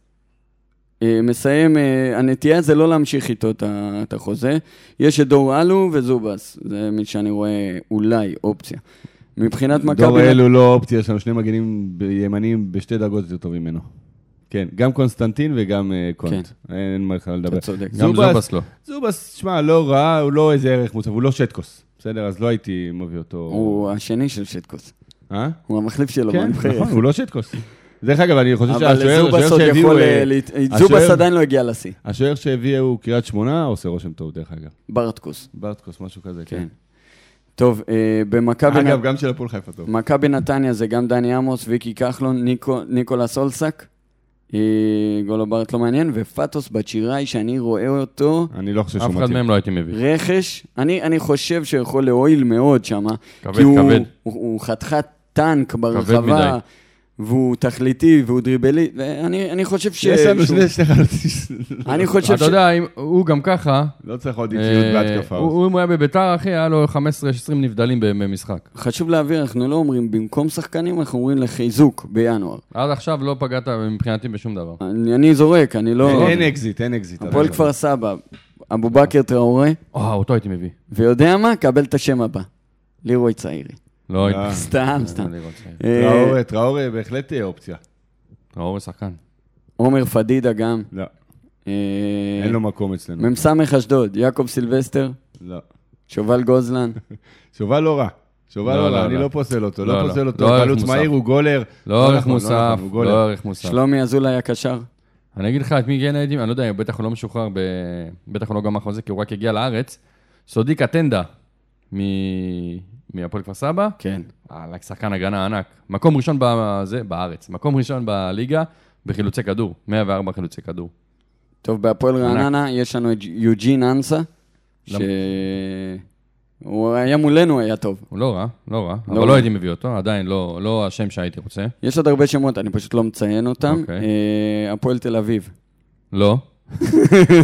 אה, מסיים, אה, הנטייה זה לא להמשיך איתו את ה- את החוזה. יש את דור אלו וזובס, זה מי שאני רואה אולי אופציה. מבחינת מכבי...
דור אלו לא אופציה, יש לנו שני מגנים ב- ימניים בשתי דרגות יותר טובים ממנו. כן, גם קונסטנטין וגם אה, קונט. אין מה לך לדבר.
כן. אתה צודק.
גם זובס לא.
זובס, שמע, לא רע, הוא לא איזה ערך מוצב, הוא לא שטקוס. בסדר, אז לא הייתי מביא אותו.
הוא השני של שטקוס.
אה?
הוא המחליף שלו
כן,
בנבחרת.
נכון, הוא לא שטקוס. דרך אגב, אני חושב
אבל
שהשוער
זובס
השוער
עוד
שהביאו...
יכול...
אה,
אה, להת- זובס
השוער-
עדיין לא הגיע לשיא.
השוער שהביאו קריית שמונה עושה רושם טוב, דרך אגב.
ברטקוס.
ברטקוס, משהו כזה,
כן.
כן.
טוב, אה, במכבי... נ-
אגב, גם של הפועל חיפה טוב.
מכבי נתניה זה גם דני עמוס, ויקי כחלון, ניקו, ניקולס אולסק, אה, גולו ברט לא מעניין, ופטוס בצ'יראי, שאני רואה אותו
אני לא חושב
אף
שהוא
אחד
מתאים.
מהם לא הייתי מביא. כי
רכש, אני, אני חושב שיכול להועיל מאוד שם,
כבד,
כי הוא,
כבד.
הוא, הוא חתיכת טנק
מדי.
ברחבה, והוא תכליתי והוא דריבלי, ואני אני חושב
לא-
ש...
יש לנו
אה, שהוא-
שני שני חלוצים.
אני חושב ש...
אתה יודע, אם- הוא גם ככה,
לא צריך עוד איטיות
אה,
בהתקפה.
הוא- הוא- אם הוא היה בביתר, אחי, היה לו 15-20 נבדלים ב- במשחק.
חשוב להבהיר, אנחנו לא אומרים במקום שחקנים, אנחנו אומרים לחיזוק בינואר.
עד עכשיו לא פגעת מבחינתי בשום דבר.
אני, אני זורק, אני לא...
אין אין אקזיט, אין אקזיט.
הפועל כפר סבא, אבו בכר טראורה,
אה, אותו הייתי מביא.
ויודע מה? קבל את השם הבא. לירוי צעירי.
לא הייתי.
אה,
סתם, סתם.
אני רוצה.
אה,
טראורה, טראורה בהחלט אה, אופציה.
טראורי לא, שחקן.
עומר פדידה גם.
לא,
אה,
אין לו מקום אצלנו.
מ"ס אשדוד, יעקב סילבסטר,
לא.
שובל גוזלן.
שובל לא רע. שובל
לא,
לא
לא,
רע, אני
לא.
לא פוסל אותו.
לא,
לא
לא.
פוסל אותו.
לא ערך
חלוץ
מוסף.
מהיר, הוא גולר.
לא ערך
נכון,
מוסף,
נכון, הוא גולר.
לא ערך מוסף.
שלומי אזולאי הקשר.
אני אגיד לך את מי כן הייתי, אני לא יודע, בטח הוא לא משוחרר, ב... בטח הוא לא גמר חוזה, כי הוא רק הגיע לארץ. סודיק אטנדה, מ... מהפועל כפר סבא.
כן.
וואלה, שחקן הגנה ענק. מקום ראשון בזה, בארץ. מקום ראשון בליגה בחילוצי כדור. 104 חילוצי כדור.
טוב, בהפועל רעננה יש לנו את יוג'ין אנסה,
לא.
למה?
שהוא היה מולנו, היה טוב.
הוא לא רע, לא רע, אבל
רע.
לא הייתי מביא אותו, עדיין לא, לא השם שהייתי רוצה.
יש עוד הרבה שמות, אני פשוט לא מציין אותם.
אוקיי.
אה, הפועל תל אביב.
לא.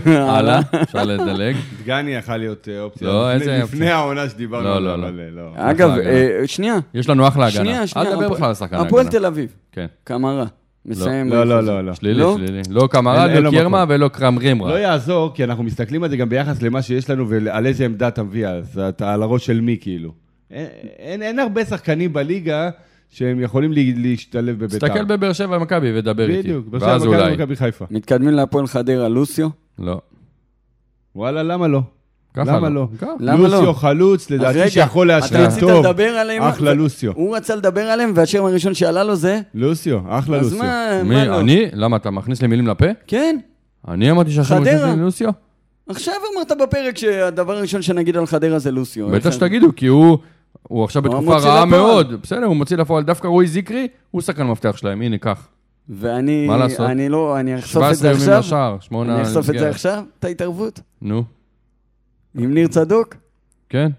הלאה, אפשר לדלג.
דגני יכל להיות אה, אופציה.
לא,
לפני-
איזה
לפני
אופציה?
העונה שדיברנו.
לא,
עליה,
לא, לא.
אבל, אה, לא.
אגב,
הגנה.
אה, שנייה,
יש לנו אחלה הגנה.
שנייה, שנייה.
אל תדבר
הפועל-
בכלל על שחקן
הפועל
הגנה.
תל אביב,
כן.
קמרה. מסיים.
לא, לא,
בחוזה.
לא, לא.
שלילי,
לא?
שלילי. לא קמרד,
אין- אין
לא
לו
קיירמה
מקום.
ולא קרם רימרה.
לא יעזור, כי אנחנו מסתכלים על זה גם ביחס למה שיש לנו ועל איזה עמדה אתה מביא, אז אתה על הראש של מי כאילו. אין, אין, אין הרבה שחקנים בליגה שהם יכולים לה, להשתלב בביתר.
תסתכל בבאר שבע ומכבי ודבר איתי.
בדיוק, בסדר,
ואז
מכבי
אולי.
מכבי חיפה.
מתקדמים להפועל חדרה, לוסיו.
לא.
וואלה, למה לא?
ככה
למה לא?
ככה.
למה לא?
לוסיו חלוץ,
אז
לדעתי
רגע,
שיכול
אתה
להשלים
רצית
טוב.
לדבר עליהם?
אחלה
ו-
לוסיו.
הוא רצה לדבר עליהם, והשם הראשון שעלה לו זה...
לוסיו, אחלה
אז
לוסיו.
מה, מה
מי,
לא?
אני? למה, אתה מכניס לי מילים לפה?
כן,
אני אמרתי שהשם
חדרה.
ראשון זה לוסיו?
עכשיו אמרת בפרק שהדבר הראשון שנגיד על חדרה זה לוסיו.
בטח
איך-
שתגידו, כי הוא... הוא עכשיו
הוא
בתקופה
מוציא
רעה
לפועל.
מאוד. בסדר, הוא מוציא לפועל. דווקא רועי זיקרי, הוא שחקן מפתח שלהם. הנה, קח.
ואני...
מה לעשות?
אני לא, אני אחשוף את
17
זה
יומים
עכשיו.
לשער, שמונה...
אני אחשוף את זה
למסגרת.
עכשיו, את ההתערבות.
נו,
עם ניר צדוק.
כן.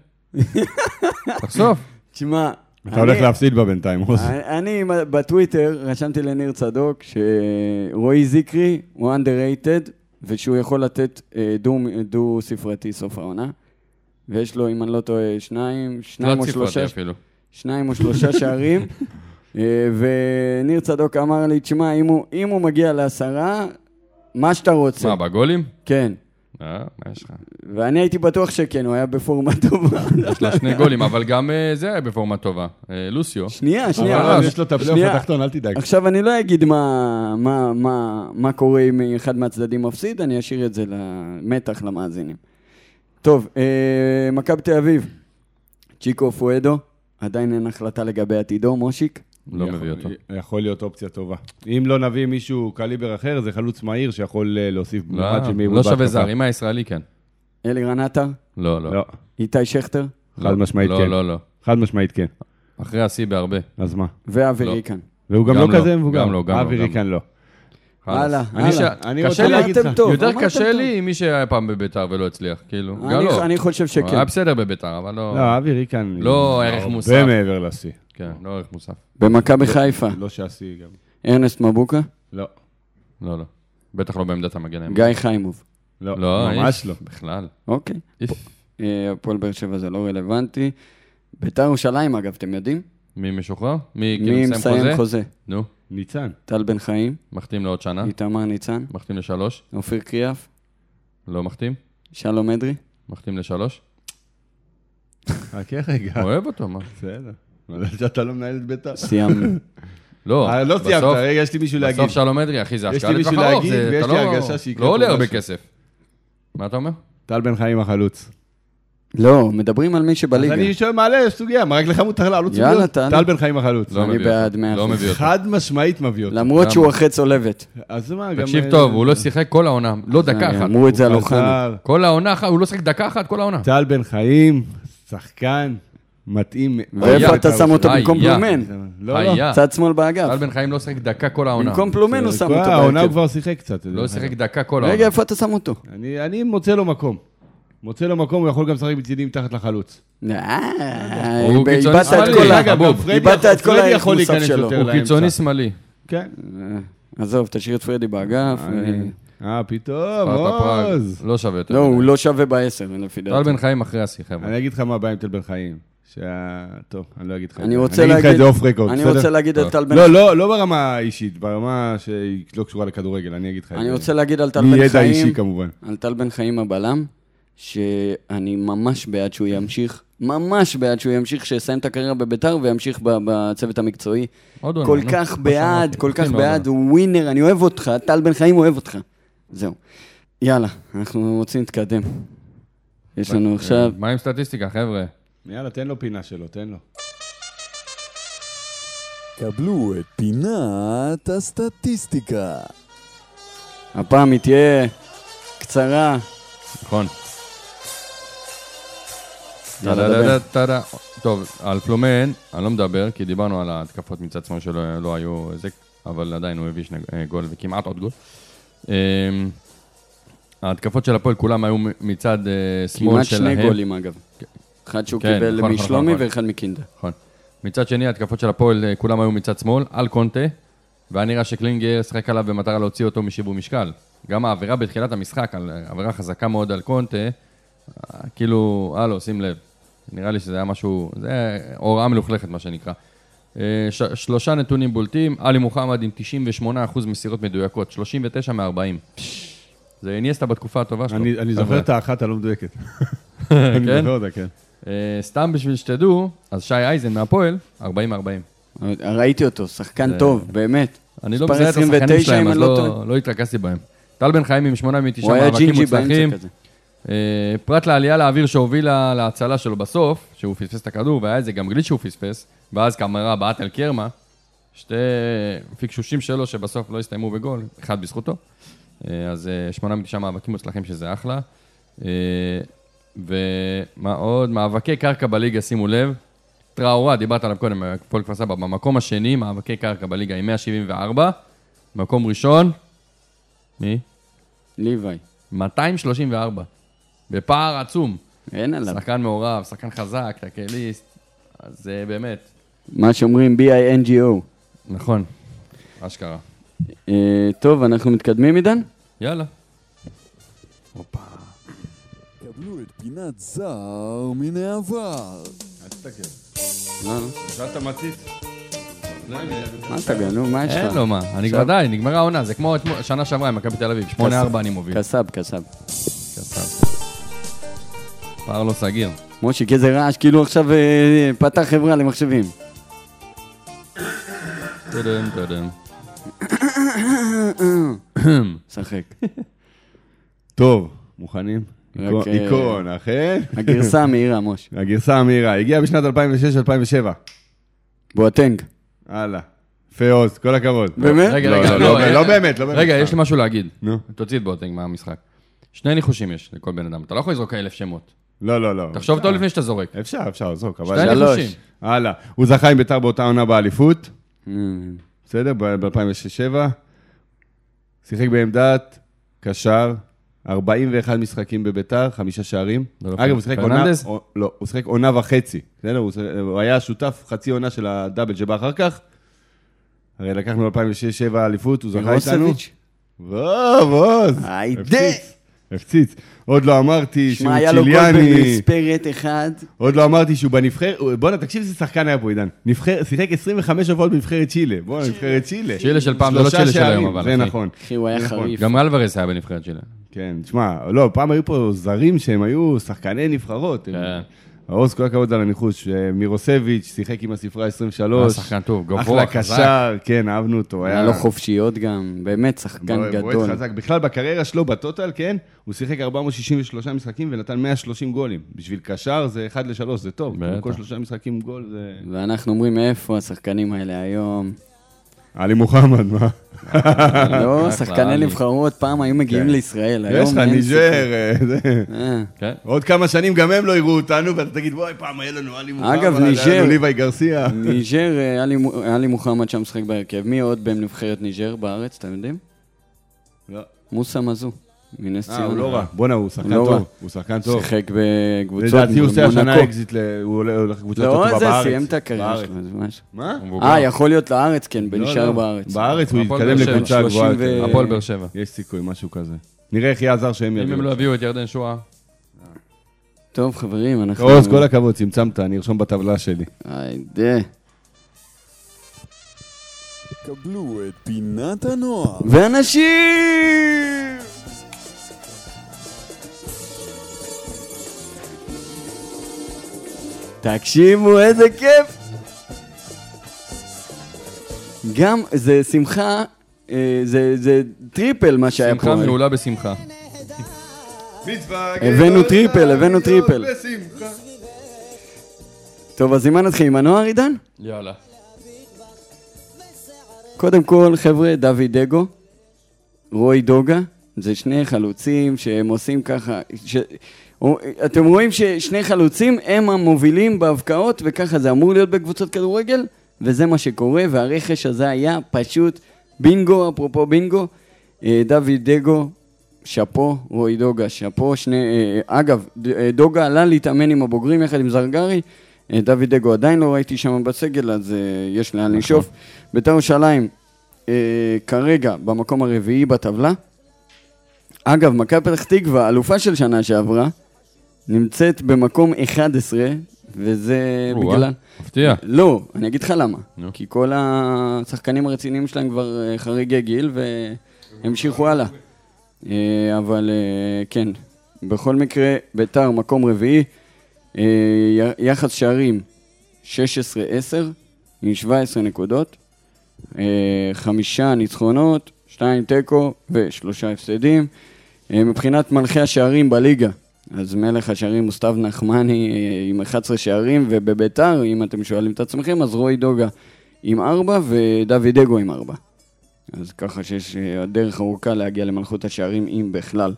תחשוף.
תשמע...
אתה הולך
אני- אה,
להפסיד בה בינתיים, עוז.
אני עם- בטוויטר רשמתי לניר צדוק שרועי זיקרי הוא underrated ושהוא יכול לתת אה, דו, דו ספרתי סוף העונה. ויש לו, אם אני לא טועה, שניים, שניים
לא
או
ציפרתי
שלושה,
אפילו.
שניים או שלושה שערים. אה, וניר צדוק אמר לי, תשמע, אם הוא, אם הוא מגיע לעשרה, מה שאתה רוצה.
מה, בגולים?
כן.
אה, מה יש לך?
ואני הייתי בטוח שכן, הוא היה בפורמה טובה.
יש לה שני גולים, אבל גם אה, זה היה בפורמה טובה. אה, לוסיו.
שנייה, שנייה.
אבל
אבל-
יש לו את הפלייאוף
שנייה.
התחתון, אל תדאג.
עכשיו אני לא אגיד מה, מה, מה, מה קורה אם אחד מהצדדים מפסיד, אני אשאיר את זה למתח למאזינים. טוב, אה, מכבי תל אביב, צ'יקו פואדו, עדיין אין החלטה לגבי עתידו, מושיק.
לא
יכול-
מביא אותו.
יכול להיות אופציה טובה. אם לא נביא מישהו קליבר אחר, זה חלוץ מהיר שיכול אה, להוסיף
לא,
במיוחד של מהירות
לא שווה
בהתקפה.
זר, אם הישראלי כן.
אלירן עטר,
לא, לא.
לא,
איתי שכטר
חד משמעית
לא,
כן.
לא, לא.
חד משמעית כן.
אחרי השיא בהרבה.
אז מה?
ואבי ריקן.
והוא גם
גם
לא
לא,
כזה מבוגר.
גם לא, גם לא,
אבי
גם
ריקן לא.
חלאס.
הלאה,
אני
הלאה.
ש-
אני
קשה
רוצה
לי-
להגיד
אמרתם
לך,
טוב,
יותר
אמרתם
קשה
טוב.
לי עם מי שהיה פעם בביתר ולא הצליח, כאילו. גם
אני-
לא.
אני חושב
הוא
שכן.
היה בסדר בביתר, אבל לא...
לא, אבי ריקן...
לא ערך מוסף.
הרבה מעבר לשיא.
כן, לא ערך מוסף.
במכבי חיפה,
לא שהשיא גם.
ארנסט מבוקה,
לא.
לא, לא. בטח לא בעמדת המגן הימני.
גיא חיימוב.
לא,
לא,
ממש
איף,
לא.
בכלל.
אוקיי.
איף.
אה, הפועל באר שבע זה לא רלוונטי. ביתר ירושלים, אגב, אתם יודעים?
מי משוחרר? מי כאילו
מי מסיים
חוזה?
חוזה?
נו,
ניצן.
טל בן חיים,
מחתים לעוד שנה?
איתמר ניצן,
מחתים לשלוש?
אופיר קריאף,
לא מחתים?
שלום אדרי.
מחתים לשלוש?
חכה רגע.
אוהב אותו, מה?
בסדר. מזל שאתה לא מנהל את בית"ר.
סיימנו.
לא,
אה, לא
בסוף-
סיימת, רגע, יש לי מישהו להגיד.
בסוף שלום אדרי, אחי, זה
יש
השקעה
לי
לטווח
מישהו
ארוך,
להגיד,
זה-
ויש
אתה
לי
לא-
הרגשה שיקרה
לא עולה
פה
הרבה
משהו.
כסף. מה אתה אומר?
טל בן חיים החלוץ.
לא, מדברים על מי
אז
שבליגה.
אני שואל, מעלה סוגיה, מה רק לך מותר לעלות
יאללה,
סוגיות?
תעלה.
טל בן חיים החלוץ.
לא
אני
מביא
בעד,
אותו.
מאה
לא
אחוז.
מביא אותו.
חד משמעית מביא אותו.
למרות
למה?
שהוא אחרי צולבת.
אז מה, גם...
תקשיב
אה,
טוב, הוא לא שיחק כל העונה, לא דקה אחת.
אה, אמרו את זה על
הוא
אוחנה.
חזר.
כל העונה, אחת, הוא לא שיחק דקה אחת כל העונה.
טל בן חיים, שחקן, מתאים. מאוד.
ואיפה
היה.
אתה שם אותו
היה.
במקום פלומן?
לא, לא.
היה.
צד שמאל באגף.
טל בן חיים אה, לא שיחק דקה כל העונה.
במקום פלומן הוא שם
כל
אותו
אה, העונה הוא
בהרכב.
כבר שיחק קצת.
לא
דרך אגב.
שיחק דקה כל העונה.
רגע, איפה אתה שם אותו?
אני אני מוצא לו מקום. מוצא לו מקום, הוא יכול גם לשחק מצידי מתחת לחלוץ.
אה,
הוא
איבדת
קיצוני
את
שמאלי,
כל ה...
אגב, הבוב.
פרדי
איבדת
יכול-
את כל
פרדי
הערך
יכול
מוסף
להיכנס
שלו.
יותר
הוא
לאמצע.
קיצוני שמאלי.
כן.
אה, עזוב, תשאיר את פרדי באגף. אה,
אה, פתאום,
ספרטה פראג.
עוז.
לא שווה יותר.
לא, הוא לא שווה בעשר, לפי דעתי.
טל בן חיים אחרי השיא, חבר'ה.
אני אגיד לך מה הבעיה עם תל בן חיים. שה... טוב, אני לא אגיד לך את
אני
זה.
רוצה
אני אגיד לך את
להגיד...
זה אוף רקורד,
אני
בסדר?
רוצה להגיד על טל בן
לא, לא, לא ברמה האישית, ברמה שהיא לא קשורה לכדורגל, אני אגיד לך את זה.
אני רוצה להגיד על טל בן
מידע אישי
חיים,
כמובן.
על טל בן חיים הבלם, שאני ממש בעד שהוא ימשיך, ממש בעד שהוא ימשיך, שיסיים את הקריירה בביתר וימשיך ב- בצוות המקצועי.
עוד עונה,
כל
נו,
כך
כמו
בעד,
שאמרתי.
כל כך
כן,
בעד, הוא ווינר, אני אוהב אותך, טל בן חיים אוהב אותך. זהו. יאללה, אנחנו רוצים להתקדם. יש
אה.
לנו עכשיו...
מה עם סטטיסטיקה, חבר'ה?
יאללה, תן לו פינה שלו, תן לו.
קבלו את פינת הסטטיסטיקה.
הפעם היא תהיה קצרה.
נכון.
יאללה, דבר.
טה-טה-טה-טה. טוב, על פלומן, אני לא מדבר, כי דיברנו על ההתקפות מצד שמאל שלא לא היו זה, אבל עדיין הוא הביא שני אה, גול וכמעט עוד גול. אה, ההתקפות של הפועל כולם היו מ- מצד אה, שמאל
כמעט
שלהם.
שני גולים אגב. אחד שהוא
כן,
קיבל
נכון, נכון,
משלומי
נכון.
ואחד מקינדה.
נכון. מצד שני, ההתקפות של הפועל, אה, כולם היו מצד שמאל, על קונטה, והיה נראה שקלינגר שיחק עליו במטרה להוציא אותו משיווי משקל. גם העבירה בתחילת המשחק, על- עבירה חזקה מאוד על קונטה, אה, כאילו, הלו, שים לב. נראה לי שזה היה משהו, זה הוראה מלוכלכת, מה שנקרא. אה, ש- שלושה נתונים בולטים, עלי מוחמד עם 98% מסירות מדויקות, 39 מ-40. זה איניאסטה בתקופה הטובה שלו.
אני אני
חבר'ה.
זוכר את האחת הלא מדויקת.
כן?
אני
כן?
זוכר אותה, כן.
אה, סתם בשביל שתדעו, אז שי אייזן מהפועל, 40-40.
ראיתי אותו, שחקן טוב, באמת.
אני לא
מספר
מזהה את השחקנים
29,
שלהם,
אם
אז
אני לא
לא
טועה.
לא התרכזתי בהם. טל בן חיים עם שמונה
הוא
מתשעה
היה
מאבקים
ג'ינג'י באמצע
מוצלחים.
כזה.
אה, פרט לעלייה לאוויר שהובילה להצלה שלו בסוף, שהוא פספס את הכדור, והיה איזה גם גליץ' שהוא פספס, ואז קמרה בעט על קרמה, שתי פיקשושים שלו שבסוף לא הסתיימו בגול, אחד בזכותו. אה, אז אה, שמונה מתשעה מאבקים מוצלחים שזה אחלה. אה, ומה עוד? מאבקי קרקע בליגה, שימו לב. טראורה, דיברת עליו קודם, הפועל כפר סבא, במקום השני, מאבקי קרקע בליגה עם 174. מקום ראשון, מי?
ליוואי.
234. בפער עצום.
אין עליו.
שחקן מעורב, שחקן חזק, טקליסט. אז זה באמת.
מה שאומרים B.I.N.G.O.
נכון. אשכרה.
אה, טוב, אנחנו מתקדמים, עידן?
יאללה.
קבלו את פינת זר מן העבר.
אל תסתכל.
מה?
שאלת מציץ?
מה אתה גנוב? מה יש לך?
אין לו מה.
כן.
אני כבר די, נגמרה העונה. זה כמו אתמול- שנה שעברה עם מכבי תל אביב. 8-4 אני מוביל.
קסב, קסב.
כן.
פער לא סגיר.
מושיק, איזה רעש, כאילו עכשיו אה, פתח חברה למחשבים.
תדם, תדם.
שחק.
טוב, מוכנים?
רק,
איקון-
אה,
אוקיי.
איקון, אכן.
הגרסה המהירה, מוש.
הגרסה המהירה. הגיעה בשנת 2006-2007.
בואטנג.
הלאה. יפה עוז, כל הכבוד.
באמת?
רגע,
לא,
רגע,
לא,
לא,
לא,
אה,
לא באמת, לא באמת.
רגע, יש לי משהו להגיד.
נו.
תוציא את בוטינג מהמשחק. שני ניחושים יש לכל בן אדם, אתה לא יכול לזרוק אלף שמות.
לא, לא, לא.
תחשוב טוב לפני שאתה זורק.
אפשר, אפשר, זרוק,
שתיים
אבל...
שלוש.
ניחושים.
הלאה. הוא זכה עם ביתר באותה עונה באליפות,
אה,
אמ,
בסדר? ב-2006-2007. שיחק בעמדת קשר, 41 משחקים בביתר, חמישה שערים.
זה לא
אגב, הוא שיחק עונה...
פרננדז?
או- לא, הוא שיחק עונה וחצי. בסדר? הוא שיחק- הוא היה שותף חצי עונה של הדאבל שבא אחר כך. הרי לקחנו 2006-2007 אליפות, הוא זכה איתנו.
מירוסביץ'.
וואו, עוז.
היידה.
הפציץ, הפציץ. עוד לא אמרתי שהוא
אה, שמע, היה לו גול
צ'יליאני,
במספרת אחד.
עוד לא אמרתי שהוא בנבחרת, בואנה, תקשיב איזה שחקן היה פה, עידן. נבחר- שיחק 25 הופעות בנבחרת צ'ילה. בואנה, נבחרת צ'ילה.
צ'ילה של פעם, זה לא
שלושה
צ'ילה של
שערים,
היום, אבל,
זה
אחי.
נכון.
אחי, הוא היה
נכון.
חריף.
גם אלוורס היה בנבחרת שלה.
כן, תשמע, לא, פעם היו פה זרים שהם היו שחקני נבחרות. הם-
כן.
עוז, כל הכבוד על הניחוש. אה, מירוסביץ' שיחק עם הספרה 23.
היה שחקן טוב, גבוה,
אחלה
חזק.
קשר, כן, אהבנו אותו.
היה לו חופשיות גם, באמת שחקן
בועט
גדול.
חזק. בכלל, בקריירה שלו, בטוטל, כן, הוא שיחק 463 משחקים ונתן 130 גולים. בשביל קשר זה 1 ל-3, זה טוב.
בטח.
כל שלושה משחקים גול זה...
ואנחנו אומרים, איפה השחקנים האלה היום?
עלי מוחמד, מה?
לא,
אחלה,
שחקני
אני.
נבחרות פעם היו מגיעים
כן.
לישראל. היום
יש לך
אין
ניג'ר, אה, זה...
סיכוי. אה,
כן.
עוד כמה שנים גם הם לא יראו אותנו, ואתה תגיד, וואי, פעם היה לנו עלי מוחמד,
אגב,
היה
ניג'ר.
לנו ליוואי גרסיה.
ניג'ר, אה, עלי מו- עלי מוחמד שם משחק בהרכב. מי עוד בנבחרת ניג'ר בארץ, אתם יודעים?
לא.
מוסא מזו, מנס ציונה.
אה, הוא לא רע. בואנה, הוא שחקן
לא רע.
טוב. הוא שחקן טוב.
שיחק בקבוצות
לדעתי הוא עושה השנה
מונקו.
אקזיט, ל- הוא עולה- הולך לקבוצה יותר טובה
לא,
בארץ.
זה סיים את הקריירה
בארץ.
שלו, זה משהו.
מה?
והוא
אה,
גבוה.
יכול להיות לארץ, כן, ונשאר
לא, לא.
בארץ.
בארץ הוא
הפועל
יתקדם
באר שבע.
לקבוצה גבוהה
30 ו-
יותר.
הפועל באר שבע.
יש סיכוי, משהו כזה. נראה איך יהיה הזר שהם
אם
יביאו.
הם לא יביאו את ירדן שואה,
טוב, חברים, אנחנו...
עוז, כל הכבוד, צמצמת, אני ארשום בטבלה שלי.
היידה.
קבלו את פינת הנוער.
ואנשים! תקשיבו, איזה כיף! גם, זה שמחה, אה, זה, זה טריפל מה שהיה פה.
שמחה מעולה בשמחה.
הבאנו טריפל, הבאנו טריפל. טוב, אז עם מה נתחיל? עם הנוער, עידן?
יאללה.
קודם כל, חבר'ה, דוד דגו, רוי דוגה, זה שני חלוצים שהם עושים ככה... ש... או- אתם רואים ששני חלוצים הם המובילים בהבקעות, וככה זה אמור להיות בקבוצות כדורגל, וזה מה שקורה, והרכש הזה היה פשוט בינגו, אפרופו בינגו. אה, דוד דגו, שאפו, רוי דוגה, שאפו, שני... אה, אגב, ד- אה, דוגה עלה להתאמן עם הבוגרים יחד עם זרגרי, אה, דוד דגו עדיין לא ראיתי שם בסגל, אז אה, יש לאן לשאוף. בית"ר ירושלים, אה, כרגע במקום הרביעי בטבלה. אגב, מכבי פתח תקווה, אלופה של שנה שעברה, נמצאת במקום 11, וזה
או,
בגלל...
אה, מפתיע.
לא, אני אגיד לך למה.
נו.
כי כל השחקנים הרציניים שלהם כבר אה, חריגי גיל והמשיכו הלאה. אה, אבל אה, כן, בכל מקרה, ביתר מקום רביעי, אה, י- יחס שערים 16-10 עם 17 נקודות, אה, חמישה ניצחונות, שתיים תיקו ושלושה הפסדים. אה, מבחינת מלכי השערים בליגה, אז מלך השערים הוא סתיו נחמני אה, עם 11 שערים, ובביתר, אם אתם שואלים את עצמכם, אז רועי דוגה עם 4 ודוד דגו עם 4. אז ככה שיש אה, דרך ארוכה להגיע למלכות השערים, אם בכלל.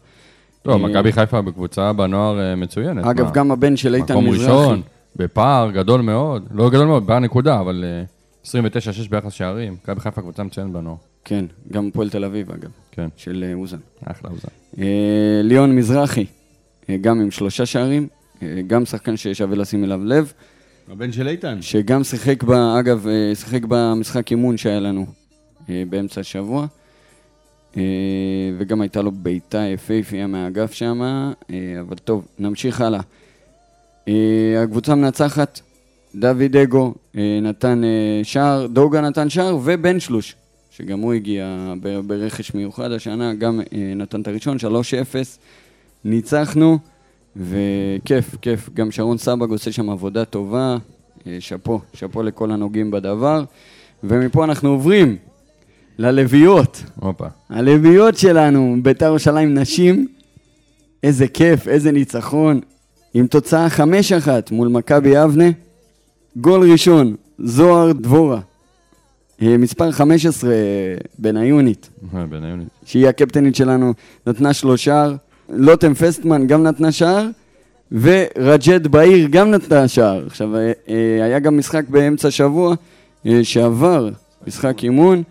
טוב,
אה,
מכבי חיפה בקבוצה בנוער אה, מצוינת.
אגב,
מה?
גם הבן של איתן
מקום
מזרחי.
ראשון, בפער גדול מאוד. לא גדול מאוד, פער נקודה, אבל אה, 29-6 ביחס שערים. מכבי חיפה קבוצה מצוינת בנוער.
כן, גם הפועל תל אביב, אגב,
כן,
של אה, אוזן.
אחלה אוזן.
אה, ליאון מזרחי, אה, גם עם שלושה שערים, אה, גם שחקן ששווה לשים אליו לב.
הבן של איתן.
שגם שיחק, ב, אגב, אה, שיחק במשחק אימון שהיה לנו אה, באמצע השבוע, אה, וגם הייתה לו בעיטה יפהפייה מהאגף שם, אה, אבל טוב, נמשיך הלאה. אה, הקבוצה מנצחת, דוד אגו אה, נתן אה, שער, דוגה נתן שער, ובן שלוש, שגם הוא הגיע ב- ברכש מיוחד השנה, גם אה, נתן את הראשון, 3-0, ניצחנו. וכיף, כיף. גם שרון סבג עושה שם עבודה טובה. אה, שאפו, שאפו לכל הנוגעים בדבר. ומפה אנחנו עוברים ללוויות.
הופה.
הלוויות שלנו, ביתר ירושלים נשים, איזה כיף, איזה ניצחון. עם תוצאה 5-1 מול מכבי יבנה. גול ראשון, זוהר דבורה. אה, מספר 15, אה, בניונית,
בניונית.
שהיא הקפטנית שלנו, נתנה שלושה. לוטם פסטמן גם נתנה שער, ורג'ד בהיר גם נתנה שער. עכשיו, אה, אה, היה גם משחק באמצע שבוע אה, שעבר, משחק אימון,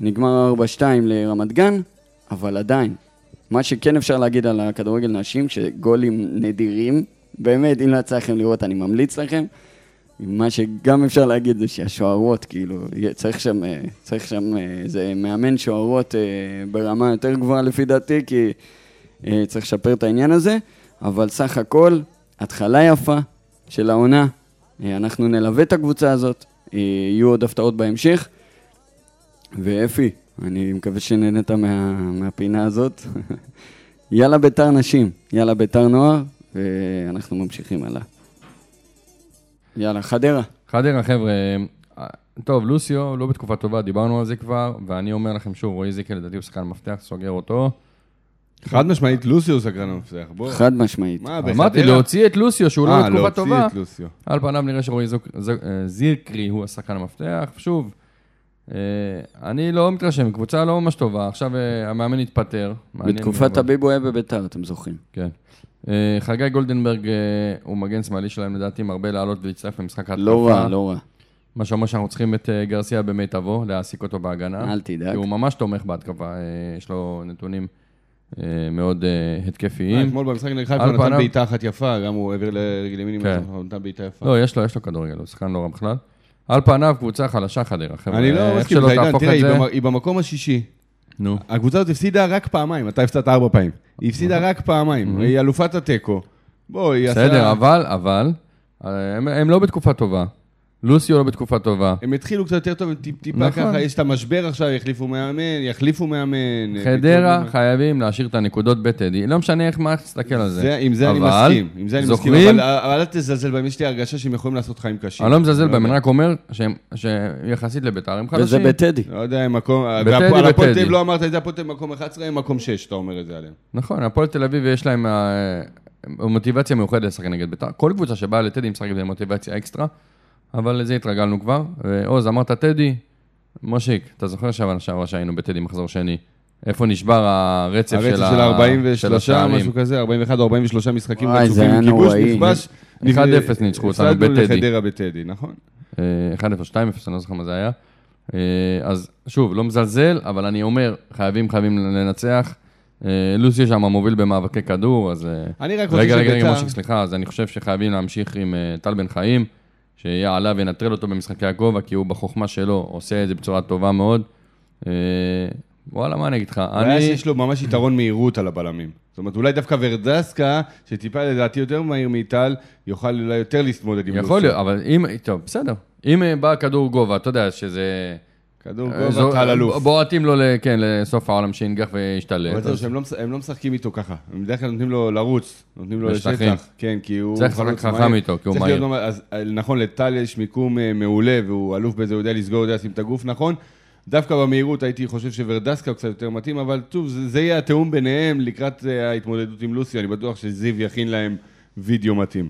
נגמר 4-2 לרמת גן, אבל עדיין, מה שכן אפשר להגיד על הכדורגל נשים, שגולים נדירים, באמת, אם לא יצא לכם לראות, אני ממליץ לכם. מה שגם אפשר להגיד זה שהשוערות, כאילו, יהיה- צריך שם, אה, צריך שם אה, איזה מאמן שוערות אה, ברמה יותר גבוהה לפי דעתי, כי אה, צריך לשפר את העניין הזה, אבל סך הכל, התחלה יפה של העונה. אה, אנחנו נלווה את הקבוצה הזאת, אה, יהיו עוד הפתעות בהמשך. ואפי, אני מקווה שנהנית מה, מהפינה הזאת. יאללה ביתר נשים, יאללה ביתר נוער, ואנחנו ממשיכים הלאה. יאללה, חדרה.
חדרה, חבר'ה, אה, טוב, לוסיו לא בתקופה טובה, דיברנו על זה כבר, ואני אומר לכם שוב, רועי זיקר לדעתי הוא שחקן מפתח, סוגר אותו.
אה, חד משמעית, לוסיו סגרן המפתח, בוא.
חד משמעית.
מה, בחדרה?
אמרתי, להוציא את לוסיו, שהוא לא
אה,
בתקופה
להוציא
טובה.
את לוסיו.
על פניו נראה שרועי זוק- ז- אה, זירקרי הוא השחקן המפתח. שוב, אה, אני לא מתרשם, קבוצה לא ממש טובה. עכשיו אה, המאמן התפטר. מעניין,
בתקופת
אבל-
הביב הוא היה בביתר, אתם זוכרים.
כן. אה, חגי גולדנברג אה, הוא מגן שמאלי שלהם לדעתי, מרבה לעלות ולהצטרף למשחק ההתקפה.
לא רע, לא רע.
מה שאומר שאנחנו צריכים את אה, גרסיה במיטבו, להעסיק אותו בהגנה.
אל תדאג.
כי הוא ממש תומך בהתקפה, אה, יש לו נתונים אה, מאוד אה,
אה,
התקפיים.
אתמול במשחק נגד חיפה
על
הוא נתן
פניו-
בעיטה אחת יפה, גם הוא העביר לרגלימינים,
כן.
הוא נתן בעיטה יפה.
לא, יש לו, יש לו כדורגל, הוא שחקן לא רע בכלל. על פניו, קבוצה חלשה חדרה, חבר'ה.
אני לא
אה, איך
מסכים,
שלא
לך, עידן,
תהפוך
תראה,
את
היא
זה-
במ- היא במקום השישי.
נו.
הקבוצה הזאת הפסידה רק פעמיים, אתה הפסדת ארבע פעמים. היא הפסידה רק פעמיים, היא אלופת התיקו. בוא, היא עשתה...
בסדר, אבל, אבל, אה, הם, הם לא בתקופה טובה. לוסיו לא בתקופה טובה.
הם התחילו קצת יותר טוב, הם טיפ- טיפה
נכון.
ככה, יש את המשבר עכשיו, יחליפו מאמן, יחליפו מאמן. אה,
חדרה
פתאום-
חייבים להשאיר את הנקודות בטדי. לא משנה איך, מה איך תסתכל על זה.
זה- עם זה אני
אבל,
מסכים, עם זה אני מסכים,
זוכרים?
אבל- אה, אבל אל תזלזל בהם, יש לי הרגשה שהם יכולים לעשות חיים קשים.
אני לא מזלזל בהם, אני רק אומר שהם- שיחסית לביתר הם
וזה
חלשים.
בטדי.
לא יודע אם מקום...
בטדי,
והפועל- הפועל תל
בטדי.
אביב לא אמרת את זה, הפועל תל אביב מקום 11, הם מקום 6, אתה אומר את זה עליהם.
נכון, הפועל תל אביב יש להם אה, מוטיבציה מיוחדת לשחק נגד ביתר. כל קבוצה שבאה לטדי משחקת במוטיבציה אקסטרה, אבל לזה התרגלנו כבר. ועוז, אמרת טדי, מושיק, אתה זוכר שבשנה שעברה שהיינו בטדי מחזור שני? איפה נשבר הרצף של
הרצף
ה-
של 43,
השערים?
משהו כזה, 41 או 43 משחקים
וואי, זה
רצופים,
היה
כיבוש
נוראי.
נכבש.
1-0 ניצחו אותנו
הפסדנו
בטדי.
לחדרה בטדי, נכון.
אה, 1-0, 2-0, אני לא זוכר מה זה היה. אה, אז שוב, לא מזלזל, אבל אני אומר, חייבים, חייבים לנצח. אה, לוסיו שם מוביל במאבקי כדור, אז... אה,
אני רק רוצה
רגע, רגע, רגע,
שביתר-
מושיק, סליחה, אז אני חושב שחייבים להמשיך עם אה, טל בן חיים, שיהיה עליו וינטרל אותו במשחקי הכובע, כי הוא בחוכמה שלו עושה את זה בצורה טובה מאוד. אה, וואלה, מה אני אגיד לך?
הבעיה
אני...
שיש לו ממש יתרון מהירות על הבלמים. זאת אומרת, אולי דווקא ורדסקה, שטיפה לדעתי יותר מהיר מטל, יוכל אולי יותר להתמודד עם לוסו.
יכול להיות, אבל אם... טוב, בסדר. אם אה, בא כדור גובה, אתה יודע שזה...
כדור
אה, זו-
גובה, טל אלוף.
בועטים לו, ל- כן, לסוף העולם שינגח וישתלט.
אבל זהו,
אז
שהם לא מש- הם לא משחקים איתו ככה. הם בדרך כלל נותנים לו לרוץ, נותנים לו
בשטחים.
לשטח. כן, כי הוא...
צריך לשחק
חלוץ
חכם
מהיר.
איתו, כי הוא
צריך
מהיר.
להיות ממש- אז, אה, נכון, לטל יש מיקום אה, מעולה, והוא אלוף בזה, הוא יודע לסגור, יודע לשים את הגוף נכון. דווקא במהירות הייתי חושב שוורדסקה הוא קצת יותר מתאים, אבל טוב, זה, זה יהיה התיאום ביניהם לקראת אה, ההתמודדות עם לוסי, אני בטוח שזיו יכין להם וידאו מתאים.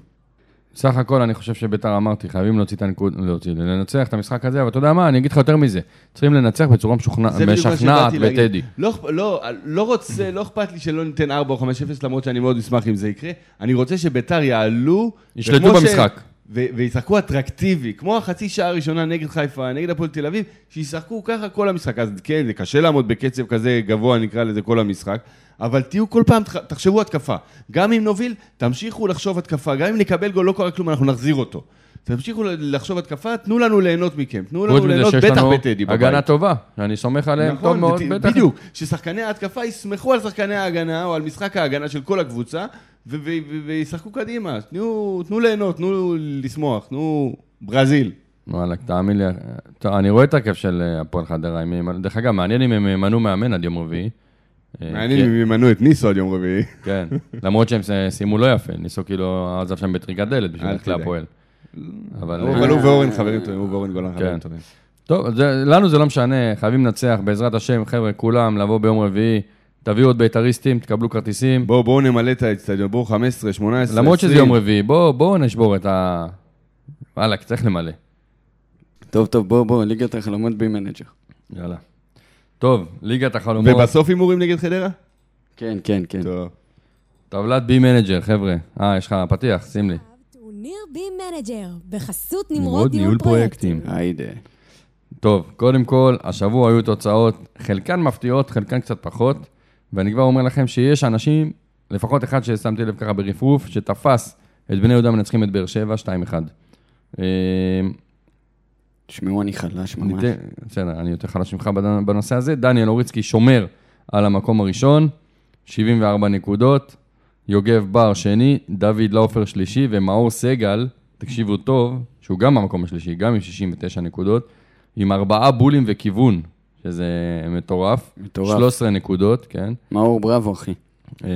סך הכל אני חושב שביתר אמרתי, חייבים להוציא את הנקוד, להוציא, לנצח את המשחק הזה, אבל אתה יודע מה, אני אגיד לך יותר מזה, צריכים לנצח בצורה משוכנע-
זה בדיוק מה
משכנעת
שבאתי להגיד.
בטדי.
לא, אכפ- לא, לא רוצה, לא אכפת לי שלא ניתן 4 או 5-0, למרות שאני מאוד אשמח אם זה יקרה. אני רוצה שביתר יעלו...
ישלטו
וכמו
במשחק.
ו- וישחקו אטרקטיבי, כמו החצי שעה הראשונה נגד חיפה, נגד הפועל תל אביב, שישחקו ככה כל המשחק. אז כן, זה קשה לעמוד בקצב כזה גבוה, נקרא לזה, כל המשחק, אבל תהיו כל פעם, תח- תחשבו התקפה. גם אם נוביל, תמשיכו לחשוב התקפה. גם אם נקבל גול, לא קרה כלום, אנחנו נחזיר אותו. תמשיכו ל- לחשוב התקפה, תנו לנו ליהנות מכם. תנו
חוץ
לנו
מזה
ליהנות,
שיש
בטח
לנו
בטדי בבית.
הגנה טובה, שאני סומך עליהם טוב
נכון,
מאוד,
בת-
בטח.
בדיוק, ששחקני ההתקפה יסמכו על שחקני ההגנה או על משחק ההגנה של כל הקבוצה ו- ו- ו- וישחקו קדימה, תנו, תנו ליהנות, תנו לשמוח, תנו ברזיל.
וואלכ, תאמין לי, טוב, אני רואה את הכיף של אה, הפועל חדרה, הם ימנ- דרך אגב, מעניין אם הם ימנו מאמן עד יום רביעי. אה,
מעניין
כן,
אם ימנו את ניסו עד יום רביעי.
כן, למרות שהם ס- סיימו לא יפה, ניסו כאילו עזב שם בטריקדלת בשביל
אל
ללכת
תדאג. לא,
להפועל. אבל... אה,
אבל הוא ואורן חברים טובים, הוא ואורן גולן חברים
כן.
טובים.
טוב, זה, לנו זה לא משנה, חייבים לנצח, בעזרת השם, חבר'ה, כולם, לבוא ביום רביעי, תביאו עוד בית"ריסטים, תקבלו כרטיסים.
בואו בואו נמלא את האצטדיון, בואו 15, 18,
למרות שזה
20.
יום רביעי, בואו בוא נשבור את ה... וואלה, צריך למלא.
טוב, טוב, בוא, בוא, ליגת החלומות בי מנג'ר.
יאללה. טוב, ליגת החלומות,
ובסוף הימורים נגד חדרה?
כן, כן, כן.
טוב.
טבלת בי מנג'ר, חבר'ה. אה, יש לך פתיח, שים לי.
טורניר בי מנג'ר, בחסות
נמרוד
נמרוד
ניהול
ניהול
פרויקטים.
פרויקטים.
היידה.
טוב, קודם כל, השבוע היו תוצאות, חלקן מפתיעות, חלקן קצת פחות, ואני כבר אומר לכם שיש אנשים, לפחות אחד ששמתי לב ככה ברפרוף, שתפס את בני יהודה מנצחים את באר שבע 2-1. אה,
תשמעו, אני חלש ממש.
ניתן- בסדר, אני יותר חלש ממך בד- בנושא הזה. דניאל אוריצקי שומר על המקום הראשון, 74 נקודות, יוגב בר שני, דוד לאופר שלישי ומאור סגל, תקשיבו טוב, שהוא גם במקום השלישי, גם עם 69 נקודות, עם ארבעה בולים וכיוון, שזה מטורף.
מטורף.
13 נקודות, כן.
מאור בראבו, אחי.
אה,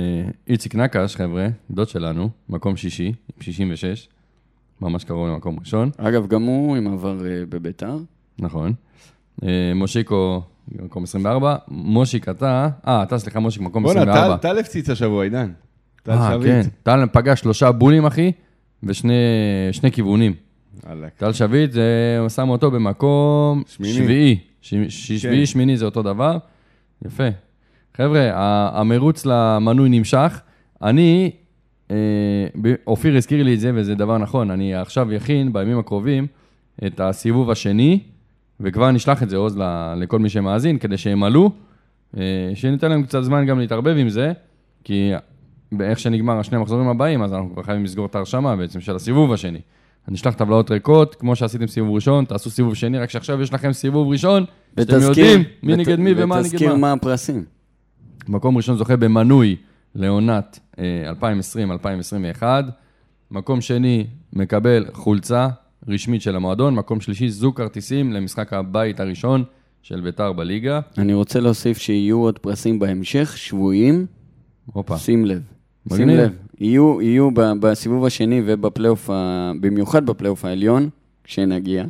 איציק נקש, חבר'ה, דוד שלנו, מקום שישי, עם 66, ממש קרוב למקום ראשון.
אגב, גם הוא עם עבר אה, בביתר.
נכון. אה, מושיקו, מקום 24. מושיק, אתה... אה, אתה, סליחה, מושיק, מקום
בואנה, טל-
24.
טל הפציץ השבוע, עידן. טל
אה, כן.
שביט.
טל פגע שלושה בולים, אחי, ושני שני כיוונים.
וואלה.
טל שביט, זה שם אותו במקום
שמיני.
שביעי. ש- ש- שביעי, שמיני זה אותו דבר. יפה. חבר'ה, ה- המרוץ למנוי נמשך. אני, אה, ב- אופיר הזכיר לי את זה, וזה דבר נכון, אני עכשיו אכין בימים הקרובים את הסיבוב השני, וכבר נשלח את זה, עוז, ל- לכל מי שמאזין, כדי שהם עלו, אה, שניתן להם קצת זמן גם להתערבב עם זה, כי באיך שנגמר השני המחזורים הבאים, אז אנחנו כבר חייבים לסגור את ההרשמה בעצם של הסיבוב השני. אני אשלח טבלאות ריקות, כמו שעשיתם סיבוב ראשון, תעשו סיבוב שני, רק שעכשיו יש לכם סיבוב ראשון, שאתם יודעים מי
ות-
נגד מי ומה נגד מה.
ותזכיר מה הפרסים.
מקום ראשון זוכה במנוי לעונת אה, 2020-2021. מקום שני מקבל חולצה רשמית של המועדון. מקום שלישי זוג כרטיסים למשחק הבית הראשון של ביתר בליגה.
אני רוצה להוסיף שיהיו עוד פרסים בהמשך, שבויים.
הופה.
שים לב. שים
אה. מגניב.
לב. יהיו, יהיו ב- בסיבוב השני ובפלייאוף, ה- במיוחד בפלייאוף העליון, כשנגיע.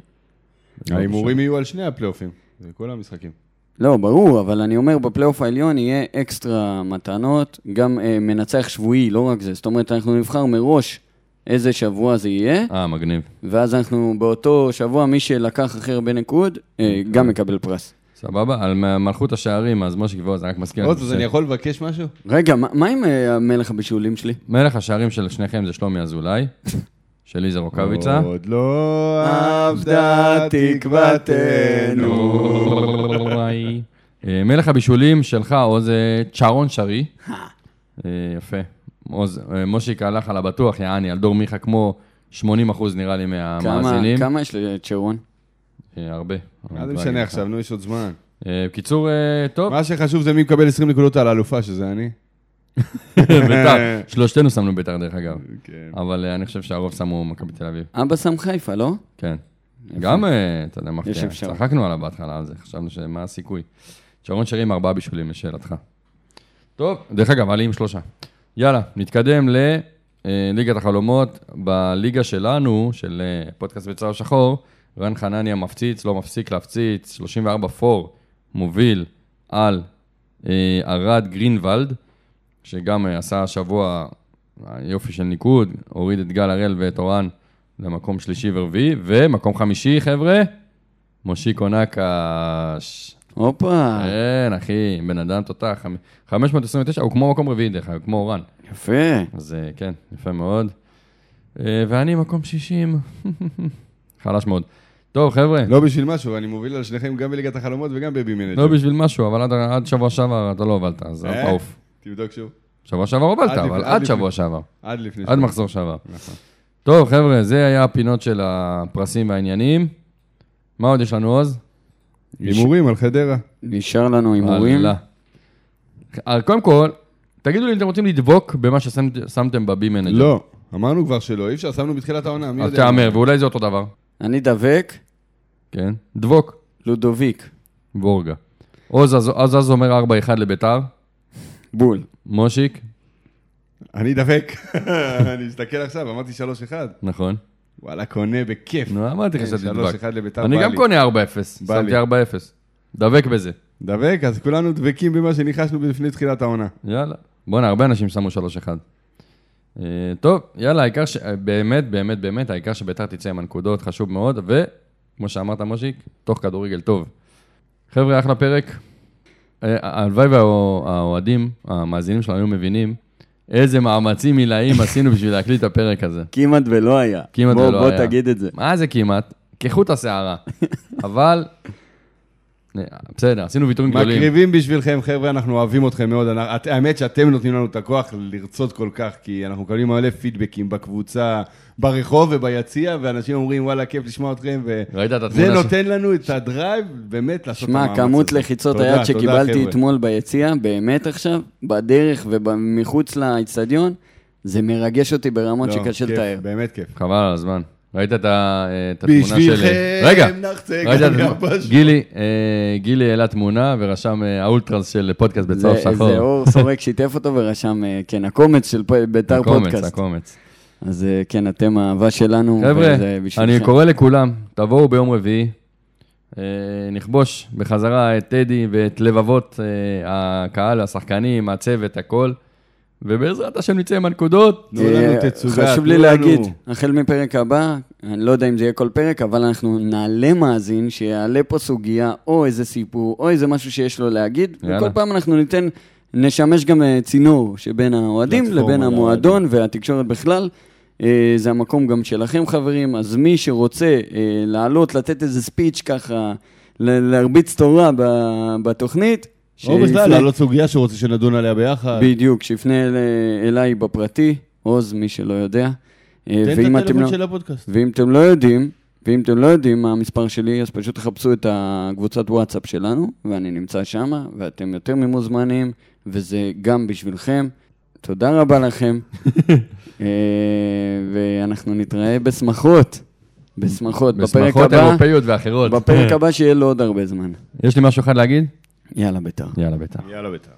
ההימורים יהיו על שני הפלייאופים, זה כל המשחקים.
לא, ברור, אבל אני אומר, בפלייאוף העליון יהיה אקסטרה מתנות, גם אה, מנצח שבועי, לא רק זה. זאת אומרת, אנחנו נבחר מראש איזה שבוע זה יהיה,
אה, מגניב.
ואז אנחנו באותו שבוע, מי שלקח הכי הרבה נקוד, אה, גם מקבל פרס.
סבבה? על מ- מלכות השערים, אז משה גבוה, זה רק מזכיר.
עוד
לנו
אז
ש-
אני יכול לבקש משהו?
רגע, מה, מה עם אה, המלך הבישולים שלי?
מלך השערים של שניכם זה שלומי אזולאי, שלי זה רוקאביצה.
עוד לא אבדה תקוותנו.
אה, מלך הבישולים שלך, עוז אה, צ'רון שרי. אה, יפה. עוז, אה, מושיק הלך על הבטוח, יעני, על דור מיכה כמו 80 אחוז נראה לי
כמה,
מהמאזינים.
כמה יש לצ'רון?
אה, הרבה.
מה זה משנה עכשיו, נו, יש עוד זמן.
אה, בקיצור, אה, טוב,
מה שחשוב זה מי מקבל 20 נקודות על האלופה, שזה אני.
ביתר. שלושתנו שמנו ביתר דרך אגב.
כן.
אבל אה, אני חושב שהרוב שמו מכבי תל אביב.
אבא שם חיפה, לא?
כן. גם, אה, אתה יודע, מפתיע.
יש אפשרות.
צחקנו עליו בהתחלה על זה, חשבנו שמה הסיכוי. שרון שרי עם ארבעה בישולים, לשאלתך. טוב, דרך אגב, עלי עם שלושה. יאללה, נתקדם לליגת החלומות. בליגה שלנו, של אה, פודקאסט בצהר שחור, רן חנניה מפציץ, לא מפסיק להפציץ, 34 פור, מוביל על אה, ארד גרינוולד, שגם אה, עשה השבוע יופי של ניקוד, הוריד את גל הראל ואת אורן למקום שלישי ורביעי, ומקום חמישי, חבר'ה, מושיקו נקש.
הופה,
אה.
כן, אחי, בן אדם תותח. חמ- 529, הוא כמו מקום רביעי דרך אגב, כמו אורן.
יפה.
אז אה, כן, יפה מאוד. אה, ואני מקום 60. חלש מאוד. טוב, חבר'ה,
לא בשביל משהו, אני מוביל על שניכם גם בליגת החלומות וגם בבי
לא
מנג'ר.
בשביל משהו, אבל עד- עד שבוע שעבר אתה לא הובלת, אז אל
אה?
תעוף.
תבדוק שוב.
שבוע שעבר הובלת,
עד לפ-
אבל
עד
עד
לפני-
שבוע שעבר.
עד לפני
עד מחזור שעבר. טוב, חבר'ה, זה היה הפינות של הפרסים והעניינים. מה עוד יש לנו, עוז?
הימורים על חדרה.
נשאר לנו הימורים.
וואלה. אה, קודם כל, תגידו לי אם אתם רוצים לדבוק במה ששמתם בבי מנג'ר.
לא, אמרנו כבר שלא, אי אפשר, שמנו בתחילת העונה, מי
אה, אז
יודע.
תהמר, אה, ואולי זה אותו דבר.
אני דבק,
כן. דבוק,
לודוביק.
בורגה. עוז אז- אז אז אומר 4-1 לביתר.
בול.
מושיק,
אני דבק. אני מסתכל עכשיו, אמרתי 3-1.
נכון.
וואלה, קונה בכיף.
נו, אמרתי לך
כן,
שאתה תדבק.
3-1 לביתר
אני
בא
גם
לי.
קונה 4-0.
בא לי.
שמתי 4-0. דבק בזה.
דבק, אז כולנו דבקים במה שניחשנו לפני תחילת העונה.
יאללה. בואנה, הרבה אנשים שמו 3-1. אה, טוב, יאללה, העיקר ש... באמת, באמת, באמת, העיקר שביתר תצא עם הנקודות, חשוב מאוד, וכמו שאמרת, מושיק, תוך כדורגל טוב. חבר'ה, אחלה פרק. אה, הלוואי והאוהדים, המאזינים שלנו היו מבינים איזה מאמצים עילאיים עשינו בשביל להקליט את הפרק הזה.
כמעט ולא היה.
כמעט
בוא,
ולא
בוא
היה.
בוא תגיד את זה.
מה זה כמעט? כחוט השערה. אבל... אה, בסדר, עשינו ויתורים גדולים.
מקריבים בשבילכם, חבר'ה, אנחנו אוהבים אתכם מאוד. אנ- את- האמת שאתם נותנים לנו את הכוח לרצות כל כך, כי אנחנו מקבלים מלא פידבקים בקבוצה, ברחוב וביציע, ואנשים אומרים, וואלה, כיף לשמוע אתכם, ו...
ראית את
זה
התמונה? ש-
נותן לנו את הדרייב, באמת, לעשות את
שמע,
המאמץ
כמות
הזה.
לחיצות
תודה,
היד
תודה,
שקיבלתי
חבר'ה.
אתמול ביציע, באמת עכשיו, בדרך ומחוץ לאצטדיון, זה מרגש אותי ברמות
לא,
שקשה
כיף,
לתאר.
באמת כיף.
חבל על הזמן. ראית את ה- אה, את התמונה של... אה,
בשבילכם
רגע,
נחצה
ראית
גם
את...
יבש.
גילי, אה, גילי העלה תמונה ורשם אה, האולטרס של פודקאסט בצהוב
זה
שחור.
זה אור סורק שיתף אותו ורשם, אה, כן, הקומץ של פ- בית"ר
הקומץ,
פודקאסט.
הקומץ.
אז אה, כן, אתם האהבה שלנו,
חבר'ה,
וזה
אני
בשבילכם.
קורא לכולם, תבואו ביום רביעי, אה, נכבוש בחזרה את טדי ואת לבבות אה, הקהל, השחקנים, הצוות, הכל, ובעזרת השם נצא עם הנקודות.
תנו לנו
אה,
תצוגה,
חשוב
תנו
לי
לנו-
להגיד, החל מפרק הבא, אני לא יודע אם זה יהיה כל פרק, אבל אנחנו נעלה מאזין שיעלה פה סוגיה, או איזה סיפור, או איזה משהו שיש לו להגיד,
יאללה.
וכל פעם אנחנו ניתן, נשמש גם אה, צינור שבין האוהדים
פלטפורמה
לבין
לאוהדים.
המועדון והתקשורת בכלל. אה, זה המקום גם שלכם, חברים, אז מי שרוצה אה, לעלות, לתת איזה ספיץ' ככה, ל- להרביץ תורה ב- בתוכנית,
או בכלל,
שיפנה-
להעלות לא, סוגיה שהוא רוצה שנדון עליה ביחד.
אה, בדיוק, שיפנה אל, אליי בפרטי, עוז, מי שלא יודע. אה,
תן
ואם
את
אתם לא,
הטלפון של הפודקאסט.
ואם אתם לא יודעים, ואם אתם לא יודעים מה המספר שלי, אז פשוט תחפשו את הקבוצת וואטסאפ שלנו, ואני נמצא שם, ואתם יותר ממוזמנים, וזה גם בשבילכם. תודה רבה לכם, אה, ואנחנו נתראה בשמחות, בשמחות, בפרק
בשמחות
הבא,
אירופאיות ואחרות.
כן.
בפרק הבא שיהיה לו עוד הרבה זמן.
יש לי משהו אחד להגיד?
יאללה, בית"ר.
יאללה, בטח.
יאללה, בית"ר.